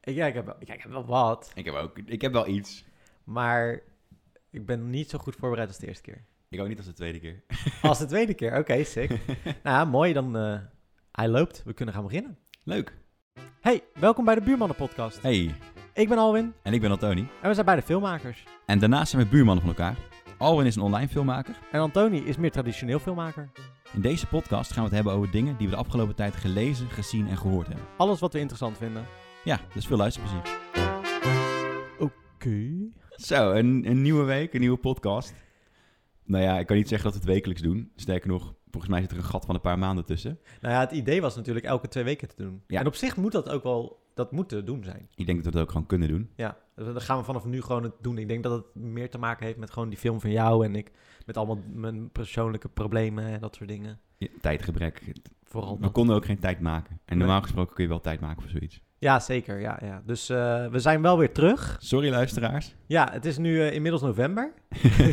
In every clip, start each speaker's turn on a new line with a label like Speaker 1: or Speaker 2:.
Speaker 1: Ik, ja, ik heb, wel- ja, ik heb wel wat,
Speaker 2: Ik heb, ook, ik heb wel iets.
Speaker 1: maar ik ben niet zo goed voorbereid als de eerste keer.
Speaker 2: Ik ook niet als de tweede keer.
Speaker 1: Als de tweede keer, oké, sick. Nou, mooi, dan eh, hij loopt. We kunnen gaan beginnen.
Speaker 2: Leuk.
Speaker 1: Hey, welkom bij de Buurmannen Podcast.
Speaker 2: Hey,
Speaker 1: Ik ben Alwin
Speaker 2: en ik ben Antoni.
Speaker 1: en we zijn beide filmmakers.
Speaker 2: En daarnaast zijn we buurmannen van elkaar. Alwin is een online filmmaker.
Speaker 1: En Antoni is meer traditioneel filmmaker.
Speaker 2: In deze podcast gaan we het hebben over dingen die we de afgelopen tijd gelezen, gezien en gehoord hebben.
Speaker 1: Alles wat we interessant vinden.
Speaker 2: Ja, dus veel luisterplezier.
Speaker 1: Oké.
Speaker 2: Zo, een, een nieuwe week, een nieuwe podcast. Nou ja, ik kan niet zeggen dat we het wekelijks doen. Sterker nog, volgens mij zit er een gat van een paar maanden tussen.
Speaker 1: Nou ja, het idee was natuurlijk elke twee weken te doen.
Speaker 2: Ja.
Speaker 1: En op zich moet dat ook wel, dat moet te doen zijn.
Speaker 2: Ik denk dat we het ook gewoon kunnen doen.
Speaker 1: Ja, dat gaan we vanaf nu gewoon het doen. Ik denk dat het meer te maken heeft met gewoon die film van jou en ik. Met allemaal mijn persoonlijke problemen en dat soort dingen.
Speaker 2: Ja, tijdgebrek.
Speaker 1: Vooral
Speaker 2: We
Speaker 1: dat.
Speaker 2: konden ook geen tijd maken. En normaal gesproken kun je wel tijd maken voor zoiets.
Speaker 1: Ja, zeker. Ja, ja. Dus eh, we zijn wel weer terug.
Speaker 2: Sorry luisteraars.
Speaker 1: Ja, het is nu eh, inmiddels november.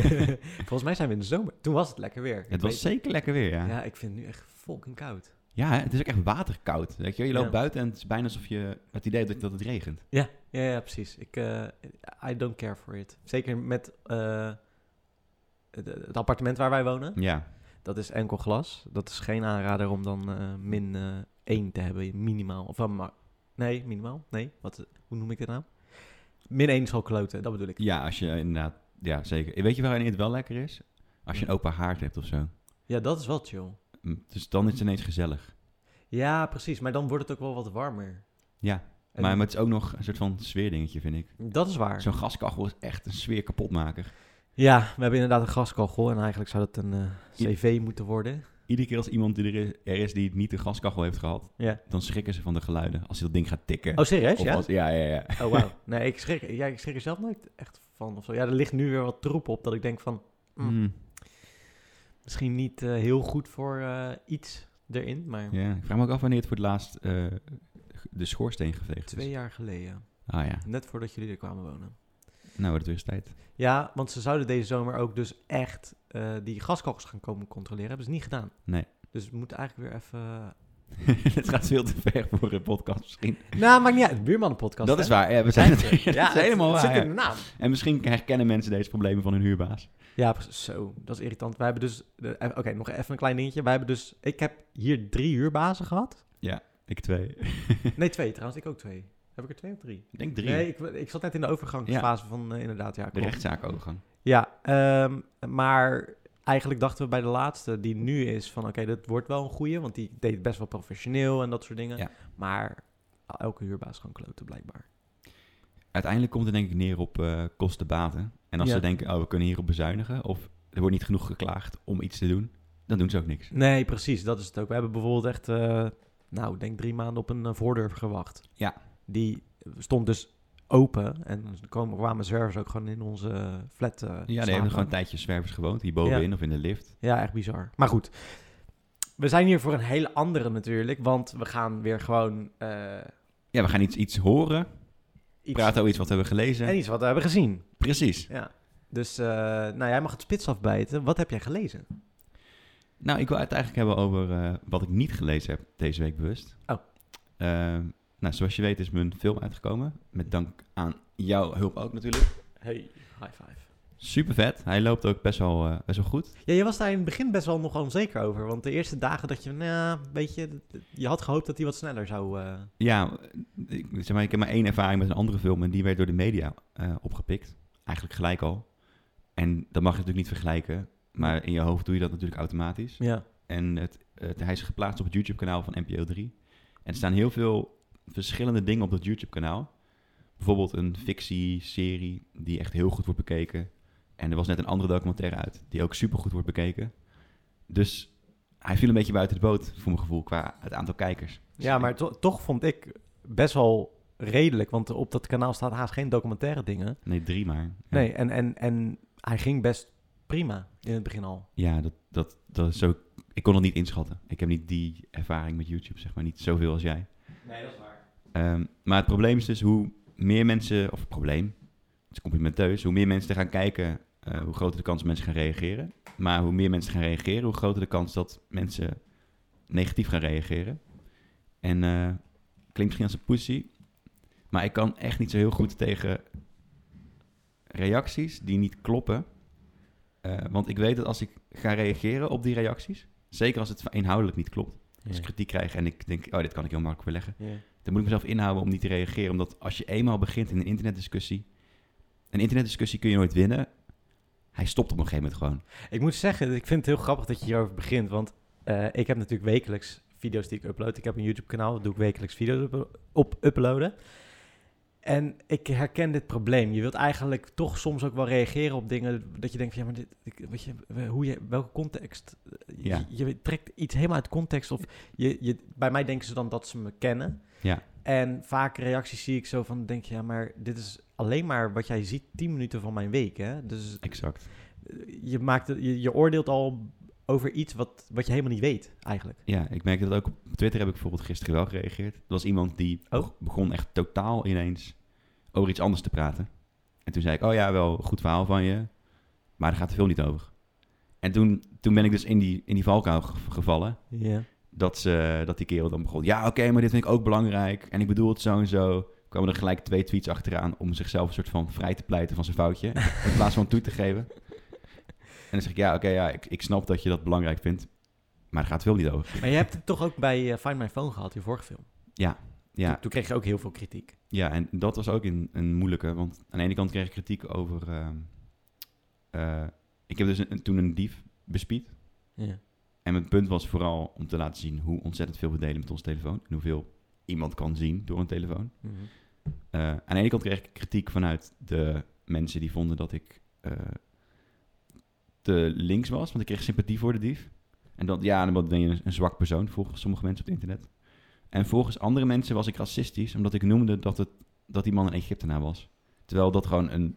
Speaker 1: Volgens mij zijn we in de zomer. Toen was het lekker weer. Ik
Speaker 2: Het was
Speaker 1: weet-
Speaker 2: zeker lekker weer, ja.
Speaker 1: Ja, ik vind het nu echt fucking koud.
Speaker 2: Ja, hè, het is ook echt waterkoud. Weet je, wel. je loopt
Speaker 1: Ja.
Speaker 2: buiten en het is bijna alsof je het idee hebt dat het regent.
Speaker 1: Ja, ja, ja precies. Ik, eh, I don't care for it. Zeker met eh, het, het appartement waar wij wonen.
Speaker 2: Ja,
Speaker 1: Dat is enkel glas. Dat is geen aanrader om dan eh, min eh 1 te hebben, minimaal. Of, wel ma- nee, minimaal? Nee, wat, eh, hoe noem ik de naam? Min 1 is al kloten, dat bedoel ik.
Speaker 2: ja als je eh, inderdaad... Ja, zeker. Weet je waarin het wel lekker is? Als je een open haard hebt of zo.
Speaker 1: Ja, dat is wel chill.
Speaker 2: Mm, Dus dan is het ineens gezellig.
Speaker 1: Ja, precies. Maar dan wordt het ook wel wat warmer.
Speaker 2: Ja,
Speaker 1: En
Speaker 2: maar, maar het is ook nog een soort van sfeerdingetje, vind ik.
Speaker 1: dat is waar.
Speaker 2: Zo'n gaskachel is echt een sfeer kapotmaker.
Speaker 1: Ja, we hebben inderdaad een gaskachel en eigenlijk zou dat een eh, cv moeten worden.
Speaker 2: Iedere keer als iemand die er is, er is die niet de gaskachel heeft gehad,
Speaker 1: Ja.
Speaker 2: dan schrikken ze van de geluiden. Als je dat ding gaat tikken.
Speaker 1: Oh, serieus?
Speaker 2: Of
Speaker 1: Ja?
Speaker 2: als- ja, ja, ja.
Speaker 1: Oh, wauw. Nee, ik schrik, ja, ik schrik er zelf nooit echt van of zo. Ja, er ligt nu weer wat troep op dat ik denk van, Mm.
Speaker 2: Mm.
Speaker 1: misschien niet eh, heel goed voor eh, iets erin, maar
Speaker 2: Ja, ik vraag me ook af wanneer het voor het laatst eh, de schoorsteen geveegd
Speaker 1: twee
Speaker 2: is.
Speaker 1: jaar geleden.
Speaker 2: Ah ja,
Speaker 1: Net voordat jullie er kwamen wonen.
Speaker 2: nou wordt het weer eens tijd.
Speaker 1: Ja, want ze zouden deze zomer ook dus echt eh, die gaskachels gaan komen controleren. Hebben ze niet gedaan.
Speaker 2: Nee.
Speaker 1: Dus het moet eigenlijk weer even...
Speaker 2: het gaat veel te ver voor een podcast misschien.
Speaker 1: Nou, maakt niet uit. Buurmannenpodcast,
Speaker 2: dat
Speaker 1: hè?
Speaker 2: is waar, ja, we zijn het. dat
Speaker 1: Ja,
Speaker 2: is helemaal
Speaker 1: het
Speaker 2: waar.
Speaker 1: zit in
Speaker 2: ja.
Speaker 1: de naam.
Speaker 2: En misschien herkennen mensen deze problemen van hun huurbaas.
Speaker 1: Ja, precies. Zo, dat is irritant. Wij hebben dus... de- eh, Oké, nog even een klein dingetje. Wij hebben dus... Ik heb hier drie huurbazen gehad.
Speaker 2: Ik twee.
Speaker 1: Nee, twee trouwens. Ik ook twee. Heb ik er twee of drie?
Speaker 2: Ik denk drie.
Speaker 1: Nee, ik, ik zat net in de overgangsfase van... eh, inderdaad, ja.
Speaker 2: de
Speaker 1: klopt.
Speaker 2: rechtszaakovergang.
Speaker 1: Ja, ehm, maar eigenlijk dachten we bij de laatste, die nu is, van oké, dat wordt wel een goeie, want die deed best wel professioneel en dat soort dingen.
Speaker 2: Ja.
Speaker 1: Maar elke huurbaas is gewoon kloten, blijkbaar.
Speaker 2: Uiteindelijk komt het denk ik neer op eh, kosten-baten. En als
Speaker 1: Ja.
Speaker 2: ze denken, oh we kunnen hierop bezuinigen, of er wordt niet genoeg geklaagd om iets te doen, dan doen ze ook niks.
Speaker 1: Nee, precies, dat is het ook. We hebben bijvoorbeeld echt, eh, nou, ik denk drie maanden op een eh, voordeur gewacht.
Speaker 2: Ja.
Speaker 1: Die stond dus open en dan komen, kwamen zwervers ook gewoon in onze flat eh,
Speaker 2: Ja, die
Speaker 1: slapen.
Speaker 2: hebben gewoon een tijdje zwervers gewoond, hier bovenin of in de lift.
Speaker 1: Ja, echt bizar. Maar goed, we zijn hier voor een hele andere natuurlijk, want we gaan weer gewoon... eh,
Speaker 2: Ja, we gaan iets, iets horen,
Speaker 1: iets-
Speaker 2: praten over iets wat we hebben gelezen.
Speaker 1: En iets wat we hebben gezien.
Speaker 2: Precies.
Speaker 1: Ja. Dus, eh, nou, jij mag het spits afbijten. Wat heb jij gelezen?
Speaker 2: Nou, ik wil het eigenlijk hebben over eh, wat ik niet gelezen heb deze week bewust.
Speaker 1: Oh.
Speaker 2: Ehm, nou, zoals je weet is mijn film uitgekomen. Met dank aan jouw hulp ook natuurlijk.
Speaker 1: Hey, high five.
Speaker 2: Super vet. Hij loopt ook best wel, eh, best wel goed.
Speaker 1: Ja, je was daar in het begin best wel nog onzeker over. Want de eerste dagen dat je, nou, weet je, je had gehoopt dat hij wat sneller zou... eh,
Speaker 2: Ja, ik, zeg maar, ik heb maar één ervaring met een andere film en die werd door de media eh, opgepikt. Eigenlijk gelijk al. En dat mag je natuurlijk niet vergelijken. Maar in je hoofd doe je dat natuurlijk automatisch.
Speaker 1: Ja.
Speaker 2: En het, het- hij is geplaatst op het YouTube-kanaal van NPO 3. En er staan heel veel verschillende dingen op dat YouTube-kanaal. Bijvoorbeeld een fictieserie die echt heel goed wordt bekeken. En er was net een andere documentaire uit die ook supergoed wordt bekeken. Dus hij viel een beetje buiten de boot, voor mijn gevoel, qua het aantal kijkers. Dus
Speaker 1: ja,
Speaker 2: ik-
Speaker 1: maar to- toch vond ik best wel redelijk. Want op dat kanaal staat haast geen documentaire dingen.
Speaker 2: Nee, drie maar. Ja.
Speaker 1: Nee, en, en, en hij ging best prima in het begin al.
Speaker 2: Ja, dat, dat, dat is zo... Ik kon het niet inschatten. Ik heb niet die ervaring met YouTube, zeg maar. Niet zoveel als jij.
Speaker 1: Nee, dat is waar.
Speaker 2: Ehm, maar het probleem is dus hoe meer mensen, of het probleem, het is complimenteus, hoe meer mensen er gaan kijken, eh, hoe groter de kans dat mensen gaan reageren. Maar hoe meer mensen gaan reageren, hoe groter de kans dat mensen negatief gaan reageren. En eh, klinkt misschien als een pussy, Maar ik kan echt niet zo heel goed tegen reacties die niet kloppen. Eh, want ik weet dat als ik ga reageren op die reacties, zeker als het inhoudelijk niet klopt, als ik kritiek krijg en ik denk, oh, dit kan ik heel makkelijk weerleggen,
Speaker 1: Ja.
Speaker 2: dan moet ik mezelf inhouden om niet te reageren. Omdat als je eenmaal begint in een internetdiscussie, een internetdiscussie kun je nooit winnen. Hij stopt op een gegeven moment gewoon.
Speaker 1: Ik moet zeggen, ik vind het heel grappig dat je hierover begint. Want eh, ik heb natuurlijk wekelijks video's die ik upload. Ik heb een YouTube-kanaal, daar doe ik wekelijks video's op, op uploaden. En ik herken dit probleem. Je wilt eigenlijk toch soms ook wel reageren op dingen dat je denkt van ja, maar dit, ik- weet je, we- hoe je, welke context? Je-
Speaker 2: Ja.
Speaker 1: Je, trekt iets helemaal uit context of je, je, bij mij denken ze dan dat ze me kennen.
Speaker 2: Ja.
Speaker 1: En vaak reacties zie ik zo van denk je ja, maar dit is alleen maar wat jij ziet 10 minuten van mijn week, hè? Dus
Speaker 2: Exact.
Speaker 1: je, maakt het, je, je oordeelt al over iets wat, wat je helemaal niet weet, eigenlijk.
Speaker 2: Ja, ik merk dat ook op Twitter heb ik bijvoorbeeld gisteren wel gereageerd. Er was iemand die
Speaker 1: Oh.
Speaker 2: beg- begon echt totaal ineens over iets anders te praten. En toen zei ik, oh ja, wel goed verhaal van je, maar daar gaat de film niet over. En toen, toen ben ik dus in die, in die valkuil ge- gevallen.
Speaker 1: Ja.
Speaker 2: Dat, ze, dat die kerel dan begon, ja oké, maar dit vind ik ook belangrijk. En ik bedoel het zo en zo. Kwamen er gelijk twee tweets achteraan om zichzelf een soort van vrij te pleiten van zijn foutje. in plaats van toe te geven. En dan zeg ik, ja oké, ja, ik, ik snap dat je dat belangrijk vindt. Maar daar gaat de film niet over.
Speaker 1: Maar je hebt het toch ook bij eh, Find My Phone gehad, je vorige film.
Speaker 2: Ja,
Speaker 1: Toen, toen kreeg je ook heel veel kritiek.
Speaker 2: Ja, en dat was ook een, een moeilijke. Want aan de ene kant kreeg ik kritiek over... ehm, eh, ik heb dus een- een- toen een dief bespied.
Speaker 1: Ja.
Speaker 2: En mijn punt was vooral om te laten zien hoe ontzettend veel we delen met ons telefoon. En hoeveel iemand kan zien door een telefoon.
Speaker 1: Mhm.
Speaker 2: Eh, aan de ene kant kreeg ik kritiek vanuit de mensen die vonden dat ik eh, te links was. Want ik kreeg sympathie voor de dief. En dat, ja, dan ben je een, een zwak persoon volgens sommige mensen op het internet. En volgens andere mensen was ik racistisch, omdat ik noemde dat, het, dat die man een Egyptenaar was. Terwijl dat gewoon een...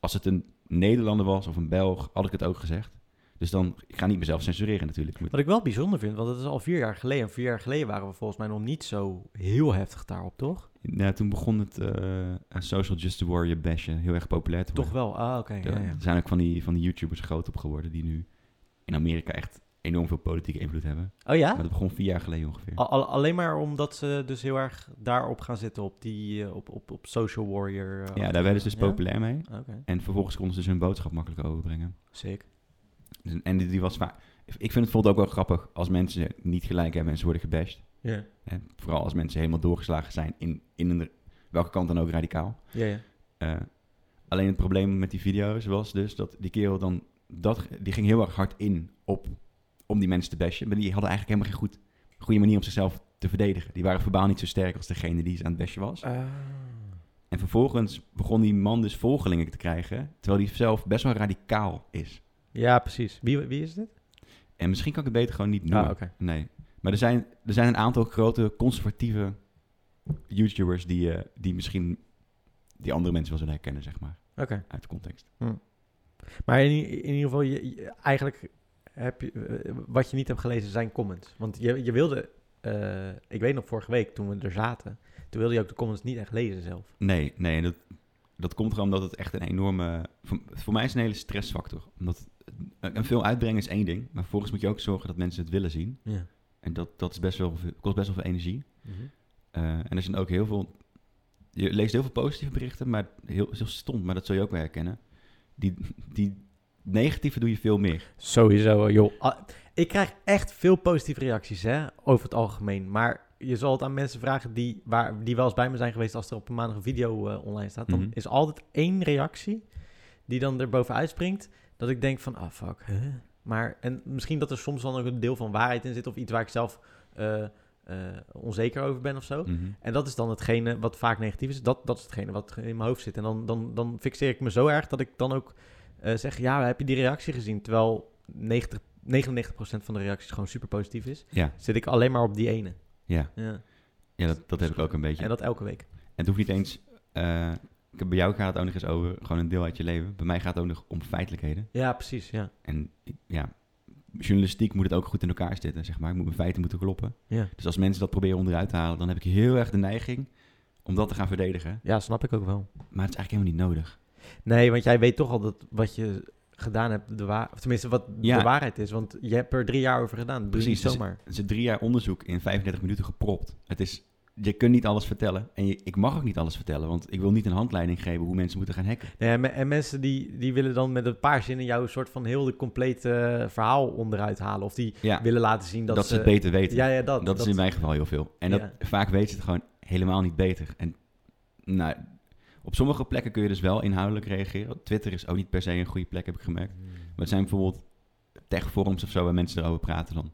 Speaker 2: Als het een Nederlander was of een Belg, had ik het ook gezegd. Dus dan, ik ga niet mezelf censureren natuurlijk. Ik moet-
Speaker 1: Wat ik wel bijzonder vind, want het is al vier jaar geleden. En vier jaar geleden waren we volgens mij nog niet zo heel heftig daarop, toch?
Speaker 2: Nou, toen begon het eh, Social Justice Warrior bashen heel erg populair te worden.
Speaker 1: Toch wel. Ah, oké.
Speaker 2: Ja,
Speaker 1: ja, ja.
Speaker 2: Er zijn ook van die, van die YouTubers groot op geworden die nu in Amerika echt enorm veel politieke invloed hebben.
Speaker 1: Oh ja?
Speaker 2: Maar dat begon vier jaar geleden ongeveer.
Speaker 1: Al- al- alleen maar omdat ze dus heel erg daarop gaan zitten, op, die, eh, op, op, op Social Warrior. eh,
Speaker 2: ja, daar werden ze dus
Speaker 1: Ja?
Speaker 2: populair mee.
Speaker 1: Oké,
Speaker 2: En vervolgens konden ze dus hun boodschap makkelijker overbrengen.
Speaker 1: sick.
Speaker 2: Dus- En die, die was vaak... Ik vind het bijvoorbeeld ook wel grappig als mensen niet gelijk hebben en ze worden gebashed.
Speaker 1: Ja.
Speaker 2: Hè, Vooral als mensen helemaal doorgeslagen zijn in, in een, welke kant dan ook radicaal.
Speaker 1: Ja, ja.
Speaker 2: Eh, alleen het probleem met die video's was dus dat die kerel dan... Dat, die ging heel erg hard in op, om die mensen te bashen. Maar die hadden eigenlijk helemaal geen goed, goede manier om zichzelf te verdedigen. Die waren verbaal niet zo sterk als degene die ze aan het bashen was. En vervolgens begon die man dus volgelingen te krijgen... terwijl hij zelf best wel radicaal is.
Speaker 1: ja precies. Wie, wie is dit?
Speaker 2: En misschien kan ik het beter gewoon niet
Speaker 1: Ah,
Speaker 2: noemen.
Speaker 1: oké.
Speaker 2: Nee. Maar er zijn, er zijn een aantal grote conservatieve YouTubers... die, eh, die misschien die andere mensen wel zullen herkennen, zeg maar.
Speaker 1: Oké.
Speaker 2: Uit de context.
Speaker 1: Maar in, i- in ieder geval, je, je- eigenlijk heb je, eh, wat je niet hebt gelezen zijn comments. Want je, je wilde, eh, ik weet nog vorige week toen we er zaten, toen wilde je ook de comments niet echt lezen zelf.
Speaker 2: Nee, nee. en Dat, dat komt gewoon omdat het echt een enorme... Voor, voor mij is het een hele stressfactor. Omdat een een film uitbrengen is één ding. Maar vervolgens moet je ook zorgen dat mensen het willen zien.
Speaker 1: Ja.
Speaker 2: En dat, dat is best wel, veel- kost best wel veel energie. Eh, en er zijn ook heel veel... Je leest heel veel positieve berichten, maar heel, heel stom. Maar dat zul je ook wel herkennen. Die, die negatieve doe je veel meer.
Speaker 1: Sowieso, joh. Ah, ik krijg echt veel positieve reacties, hè, over het algemeen. Maar je zal het aan mensen vragen die, waar, die wel eens bij me zijn geweest als er op een maandag een video eh, online staat. Dan
Speaker 2: Mhm.
Speaker 1: is altijd één reactie die dan er bovenuit springt, dat ik denk van, ah, fuck, hè? Maar, en misschien dat er soms dan ook een deel van waarheid in zit of iets waar ik zelf eh, eh, onzeker over ben of zo.
Speaker 2: Mhm.
Speaker 1: En dat is dan hetgene wat vaak negatief is. Dat, dat is hetgene wat in mijn hoofd zit. En dan, dan, dan fixeer ik me zo erg dat ik dan ook eh, zeg... ja, heb je die reactie gezien? Terwijl 90, 99% van de reacties gewoon super positief is.
Speaker 2: Ja,
Speaker 1: Zit ik alleen maar op die ene.
Speaker 2: ja.
Speaker 1: Ja.
Speaker 2: ja dat, dat heb ik ook een beetje.
Speaker 1: En dat elke week.
Speaker 2: En het hoeft niet eens. eh, ik heb bij jou gaat het ook nog eens over gewoon een deel uit je leven. Bij mij gaat het ook nog om feitelijkheden.
Speaker 1: Ja, precies. Ja.
Speaker 2: En ik- ja, journalistiek moet het ook goed in elkaar zitten, zeg maar. Ik moet mijn feiten moeten kloppen.
Speaker 1: Ja.
Speaker 2: Dus als mensen dat proberen onderuit te halen, dan heb ik heel erg de neiging om dat te gaan verdedigen.
Speaker 1: ja, snap ik ook wel.
Speaker 2: Maar het is eigenlijk helemaal niet nodig.
Speaker 1: Nee, want jij weet toch al dat wat je gedaan hebt... De wa- of tenminste, wat
Speaker 2: Ja.
Speaker 1: de waarheid is. Want je hebt er drie jaar over gedaan. Doe je
Speaker 2: Precies,
Speaker 1: niet
Speaker 2: dus-
Speaker 1: zomaar.
Speaker 2: Het is drie jaar onderzoek in 35 minuten gepropt. Het is je kunt niet alles vertellen. En je, ik mag ook niet alles vertellen, want ik wil niet een handleiding geven hoe mensen moeten gaan hacken.
Speaker 1: Nee, en, me- en mensen die, die willen dan met een paar zinnen jouw soort van heel de complete eh, verhaal onderuit halen. Of die
Speaker 2: Ja,
Speaker 1: willen laten zien dat,
Speaker 2: dat, ze het beter weten.
Speaker 1: Ja, ja, dat.
Speaker 2: dat, is in mijn geval heel veel. En dat,
Speaker 1: Ja.
Speaker 2: vaak weten ze het gewoon helemaal niet beter. En nou, op sommige plekken kun je dus wel inhoudelijk reageren. Twitter is ook niet per se een goede plek, heb ik gemerkt.
Speaker 1: Hmm.
Speaker 2: Maar het zijn bijvoorbeeld techforums of zo waar mensen erover praten dan.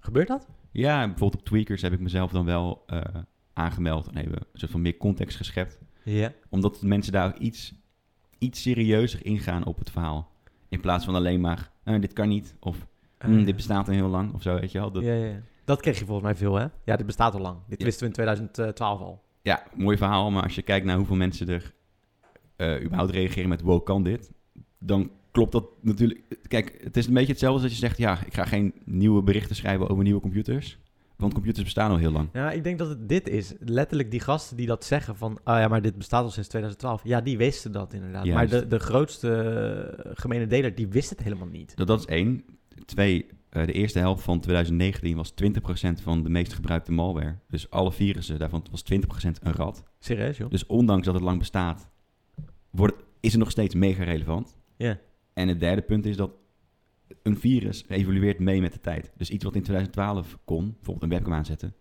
Speaker 1: Gebeurt dat?
Speaker 2: Ja, en bijvoorbeeld op Tweakers heb ik mezelf dan wel eh, aangemeld. En hebben een soort van meer context geschept.
Speaker 1: Ja.
Speaker 2: Omdat mensen daar ook iets, iets serieuzer ingaan op het verhaal. In plaats van alleen maar, eh, dit kan niet. Of
Speaker 1: Ah,
Speaker 2: "Hm, dit bestaat al heel lang. Of zo, weet je wel. Dat,
Speaker 1: ja, ja, ja. Dat kreeg je volgens mij veel, hè? Ja, dit bestaat al lang. Dit
Speaker 2: Ja.
Speaker 1: wisten we in 2012 al.
Speaker 2: ja, mooi verhaal, maar als je kijkt naar hoeveel mensen er eh, überhaupt reageren met wow, kan dit? Dan klopt dat natuurlijk... Kijk, het is een beetje hetzelfde als dat je zegt, ja, ik ga geen nieuwe berichten schrijven over nieuwe computers. Want computers bestaan al heel lang.
Speaker 1: Ja, ik denk dat het dit is. Letterlijk die gasten die dat zeggen van... Ah ja, maar dit bestaat al sinds 2012. Ja, die wisten dat inderdaad.
Speaker 2: Juist.
Speaker 1: Maar de, de grootste eh, gemene deler, die wist het helemaal niet.
Speaker 2: Dat, dat is één. Twee, eh, de eerste helft van 2019 was 20% van de meest gebruikte malware. Dus alle virussen, daarvan was 20% een rat.
Speaker 1: Serieus, joh?
Speaker 2: Dus ondanks dat het lang bestaat, wordt, het- is het nog steeds mega relevant.
Speaker 1: Ja.
Speaker 2: En het derde punt is dat een virus evolueert mee met de tijd. Dus iets wat in 2012 kon, bijvoorbeeld een webcam aanzetten,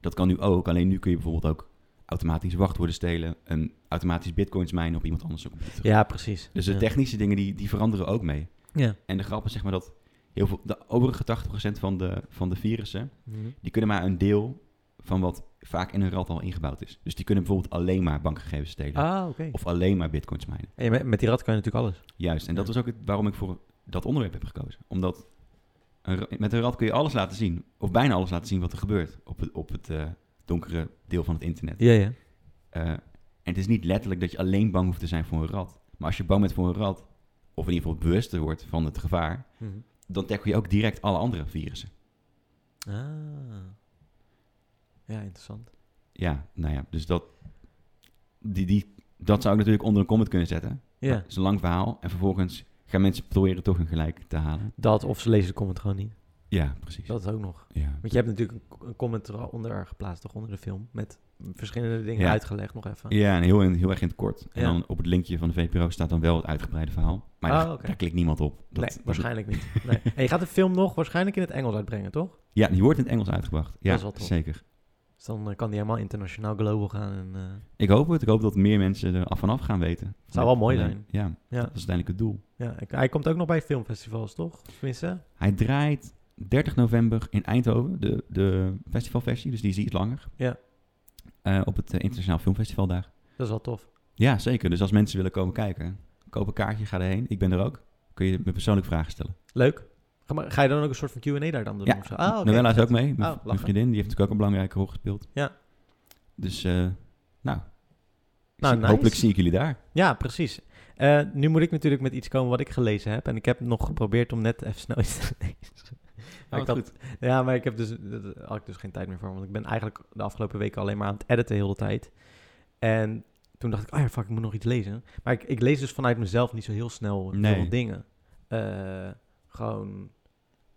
Speaker 2: dat kan nu ook. Alleen nu kun je bijvoorbeeld ook automatisch wachtwoorden stelen en automatisch bitcoins mijnen op iemand anders. computer.
Speaker 1: Ja, precies.
Speaker 2: Dus de
Speaker 1: Ja.
Speaker 2: technische dingen die, die veranderen ook mee.
Speaker 1: Ja.
Speaker 2: En de grap is zeg maar dat heel veel, de overige 80% van de, van de virussen,
Speaker 1: Mhm.
Speaker 2: die kunnen maar een deel van wat vaak in een rat al ingebouwd is. Dus die kunnen bijvoorbeeld alleen maar bankgegevens stelen.
Speaker 1: Ah, oké.
Speaker 2: Of alleen maar bitcoins mijnen.
Speaker 1: En met, met die rat kan je natuurlijk alles.
Speaker 2: Juist, en dat
Speaker 1: Ja.
Speaker 2: was ook het, waarom ik voor dat onderwerp heb gekozen. Omdat een ra- met een rat kun je alles laten zien, of bijna alles laten zien wat er gebeurt op het, op het eh, donkere deel van het internet.
Speaker 1: Ja, ja.
Speaker 2: Eh, en het is niet letterlijk dat je alleen bang hoeft te zijn voor een rat. Maar als je bang bent voor een rat, of in ieder geval bewuster wordt van het gevaar,
Speaker 1: Mhm.
Speaker 2: dan tackle je ook direct alle andere virussen.
Speaker 1: Ah. Ja, interessant.
Speaker 2: Ja, nou ja, dus dat, die, die, dat zou ik natuurlijk onder een comment kunnen zetten.
Speaker 1: Ja.
Speaker 2: Het is een lang verhaal en vervolgens gaan mensen proberen toch hun gelijk te halen.
Speaker 1: Dat of ze lezen de comment gewoon niet.
Speaker 2: Ja, precies.
Speaker 1: Dat is ook nog.
Speaker 2: Ja.
Speaker 1: Want je hebt natuurlijk een, een comment eronder geplaatst, toch? Onder de film. Met verschillende dingen
Speaker 2: Ja.
Speaker 1: uitgelegd nog even.
Speaker 2: Ja, en heel, in- heel erg in het kort. En
Speaker 1: Ja.
Speaker 2: dan op het linkje van de VPRO staat dan wel het uitgebreide verhaal. Maar
Speaker 1: Ah,
Speaker 2: daar,
Speaker 1: oké.
Speaker 2: daar klikt niemand op. Dat-
Speaker 1: nee,
Speaker 2: dat-
Speaker 1: waarschijnlijk niet. Nee. En je gaat de film nog waarschijnlijk in het Engels uitbrengen, toch?
Speaker 2: ja, die wordt in het Engels uitgebracht. Ja,
Speaker 1: Dat is wel top.
Speaker 2: zeker.
Speaker 1: Dus dan eh, kan die helemaal internationaal global gaan. En, eh,
Speaker 2: Ik hoop het. Ik hoop dat meer mensen er af vanaf gaan weten.
Speaker 1: Zou wel mooi
Speaker 2: Ja,
Speaker 1: zijn.
Speaker 2: Ja,
Speaker 1: ja,
Speaker 2: dat is uiteindelijk het doel.
Speaker 1: ja. Ik- Hij komt ook nog bij filmfestivals, toch? Tenminste.
Speaker 2: Hij draait 30 november in Eindhoven, de, de festivalversie. Dus die is iets langer.
Speaker 1: Ja.
Speaker 2: Eh, op het eh, Internationaal Filmfestival daar.
Speaker 1: Dat is wel tof.
Speaker 2: Ja, zeker. Dus als mensen willen komen kijken, koop een kaartje, ga erheen. Ik ben er ook. Kun je me persoonlijk vragen stellen.
Speaker 1: Leuk. Ga, maar, ga je dan ook een soort van Q&A daar dan doen?
Speaker 2: Ja,
Speaker 1: of zo? Ah, oké.
Speaker 2: Noella is ook mee, mijn,
Speaker 1: Oh,
Speaker 2: mijn
Speaker 1: lachen.
Speaker 2: vriendin. Die heeft natuurlijk ook een belangrijke rol gespeeld.
Speaker 1: Ja.
Speaker 2: Dus, eh, nou. Ik
Speaker 1: Nou,
Speaker 2: zie-
Speaker 1: nice.
Speaker 2: Hopelijk zie ik jullie daar.
Speaker 1: Ja, precies. Eh, nu moet ik natuurlijk met iets komen wat ik gelezen heb. En ik heb nog geprobeerd om net even snel iets te lezen. Maar ik
Speaker 2: wat
Speaker 1: had- Ja, maar ik heb dus, dat had ik dus geen tijd meer voor. Want ik ben eigenlijk de afgelopen weken alleen maar aan het editen de hele tijd. En toen dacht ik, oh ja, fuck, ik moet nog iets lezen. Maar ik, ik lees dus vanuit mezelf niet zo heel snel heel
Speaker 2: Nee.
Speaker 1: veel dingen. Eh, gewoon,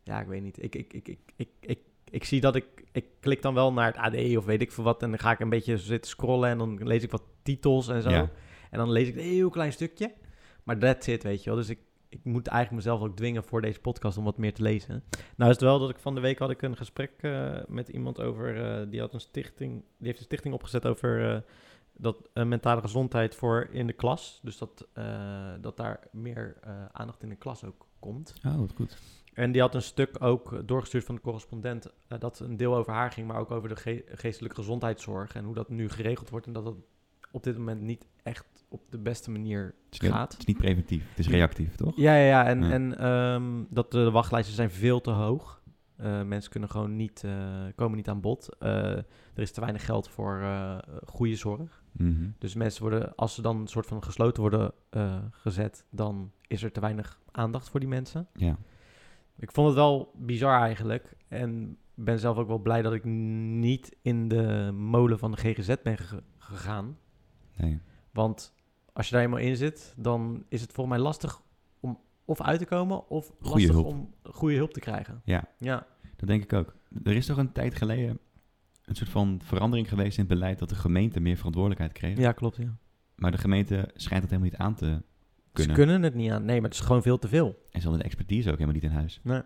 Speaker 1: ja, ik weet niet. Ik, ik, ik, ik, ik, ik, ik zie dat ik, ik klik dan wel naar het AD of weet ik veel wat. En dan ga ik een beetje zitten scrollen en dan lees ik wat titels en zo.
Speaker 2: Ja.
Speaker 1: En dan lees ik een heel klein stukje. Maar that's it, weet je wel. Dus ik, ik moet eigenlijk mezelf ook dwingen voor deze podcast om wat meer te lezen. Nou is het wel dat ik van de week had ik een gesprek eh, met iemand over... eh, die, had een stichting, die heeft een stichting opgezet over eh, dat, eh, mentale gezondheid voor in de klas. Dus dat, eh, dat daar meer eh, aandacht in de klas ook komt.
Speaker 2: Oh, wat goed.
Speaker 1: En die had een stuk ook doorgestuurd van de correspondent. eh, dat een deel over haar ging, maar ook over de ge- geestelijke gezondheidszorg. En hoe dat nu geregeld wordt. En dat dat op dit moment niet echt op de beste manier
Speaker 2: Het is, niet-
Speaker 1: gaat.
Speaker 2: het is niet preventief, het is reactief, toch?
Speaker 1: Ja, ja, ja. En,
Speaker 2: Ja.
Speaker 1: en ehm, dat de wachtlijsten zijn veel te hoog. Eh mensen kunnen gewoon niet, eh, komen niet aan bod. Eh, er is te weinig geld voor eh, goede zorg.
Speaker 2: Mhm.
Speaker 1: Dus mensen worden, als ze dan een soort van gesloten worden eh, gezet, dan is er te weinig aandacht voor die mensen.
Speaker 2: Ja.
Speaker 1: Ik vond het wel bizar eigenlijk. En ben zelf ook wel blij dat ik niet in de molen van de GGZ ben ge- gegaan.
Speaker 2: Nee.
Speaker 1: Want als je daar eenmaal in zit, dan is het volgens mij lastig om of uit te komen of
Speaker 2: Goede
Speaker 1: lastig
Speaker 2: hulp.
Speaker 1: om goede hulp te krijgen.
Speaker 2: Ja.
Speaker 1: Ja.
Speaker 2: Dat denk ik ook. Er is toch een tijd geleden een soort van verandering geweest in het beleid dat de gemeente meer verantwoordelijkheid kreeg.
Speaker 1: Ja, klopt. Ja.
Speaker 2: Maar de gemeente schijnt dat helemaal niet aan te kunnen.
Speaker 1: Ze kunnen het niet aan. Nee, maar het is gewoon veel te veel.
Speaker 2: En ze hadden de expertise ook helemaal niet in huis.
Speaker 1: Nee.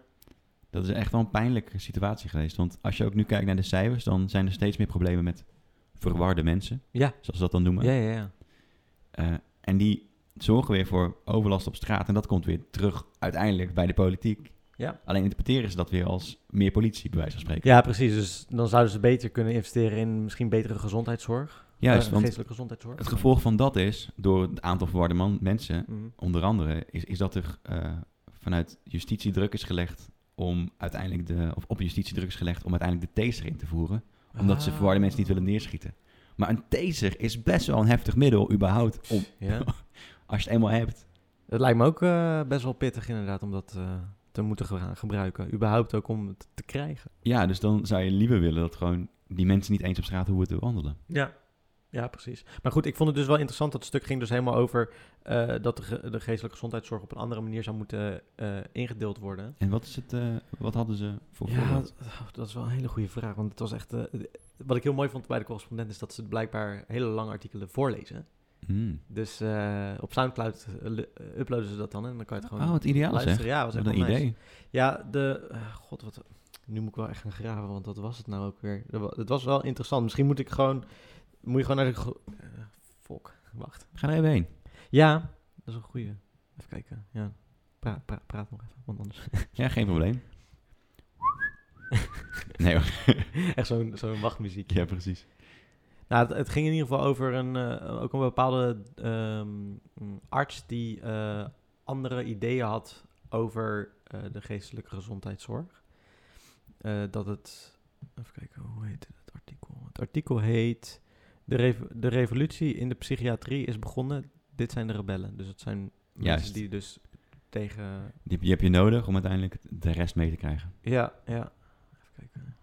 Speaker 2: Dat is echt wel een pijnlijke situatie geweest. Want als je ook nu kijkt naar de cijfers, dan zijn er steeds meer problemen met verwarde mensen.
Speaker 1: Ja.
Speaker 2: Zoals ze dat dan noemen.
Speaker 1: Ja, ja, ja.
Speaker 2: Eh, en die zorgen weer voor overlast op straat. En dat komt weer terug uiteindelijk bij de politiek.
Speaker 1: Ja.
Speaker 2: Alleen interpreteren ze dat weer als meer politie, bij wijze van spreken.
Speaker 1: Ja, precies. Dus dan zouden ze beter kunnen investeren in misschien betere gezondheidszorg.
Speaker 2: Juist,
Speaker 1: Eh,
Speaker 2: want
Speaker 1: geestelijke gezondheidszorg.
Speaker 2: het gevolg van dat is, door het aantal verwarde man- mensen,
Speaker 1: Mhm.
Speaker 2: onder andere, is, is dat er eh, vanuit justitie druk is gelegd om uiteindelijk de, of op justitie druk is gelegd om uiteindelijk de taser in te voeren. Omdat ze
Speaker 1: Ah.
Speaker 2: verwarde mensen niet willen neerschieten. Maar een taser is best wel een heftig middel, überhaupt, om,
Speaker 1: Ja.
Speaker 2: als je het eenmaal hebt.
Speaker 1: Dat lijkt me ook eh, best wel pittig inderdaad om dat eh, te moeten gebra- gebruiken. Überhaupt ook om het te krijgen.
Speaker 2: Ja, dus dan zou je liever willen dat gewoon die mensen niet eens op straat hoeven te wandelen.
Speaker 1: Ja. Ja, precies. Maar goed, ik vond het dus wel interessant. Dat stuk ging dus helemaal over eh, dat de, ge- de geestelijke gezondheidszorg op een andere manier zou moeten eh, ingedeeld worden.
Speaker 2: En wat, is het, eh, wat hadden ze voor
Speaker 1: Ja,
Speaker 2: voorbeeld?
Speaker 1: dat, Oh, dat is wel een hele goede vraag. Want het was echt. eh, wat ik heel mooi vond bij de correspondent is dat ze blijkbaar hele lange artikelen voorlezen.
Speaker 2: Hmm.
Speaker 1: Dus eh, op Soundcloud eh, lu- eh, uploaden ze dat dan en dan kan je het gewoon
Speaker 2: Oh, het ideaal
Speaker 1: luisteren.
Speaker 2: zeg.
Speaker 1: Ja, dat was
Speaker 2: Wat
Speaker 1: echt
Speaker 2: een
Speaker 1: wel nice.
Speaker 2: idee.
Speaker 1: Ja, de. eh, God, wat. Nu moet ik wel echt gaan graven, want wat was het nou ook weer? Dat wa- Het was wel interessant. Misschien moet ik gewoon. Moet je gewoon naar de. gro- eh, Fok, wacht.
Speaker 2: Ga er even heen.
Speaker 1: Ja, dat is een goede. Even kijken. Ja. Pra- pra- praat nog even, want anders.
Speaker 2: Ja, geen probleem. nee hoor.
Speaker 1: Echt zo'n zo'n wachtmuziek.
Speaker 2: Ja, precies.
Speaker 1: Nou, het, het ging in ieder geval over een, eh, ook een bepaalde ehm, mm, arts die eh, andere ideeën had over eh, de geestelijke gezondheidszorg. Eh, dat het, even kijken, hoe heet het artikel? Het artikel heet, de, rev- de revolutie in de psychiatrie is begonnen, dit zijn de rebellen. Dus het zijn mensen
Speaker 2: Juist.
Speaker 1: die dus tegen,
Speaker 2: Die, die heb je nodig om uiteindelijk de rest mee te krijgen.
Speaker 1: ja, ja, even kijken.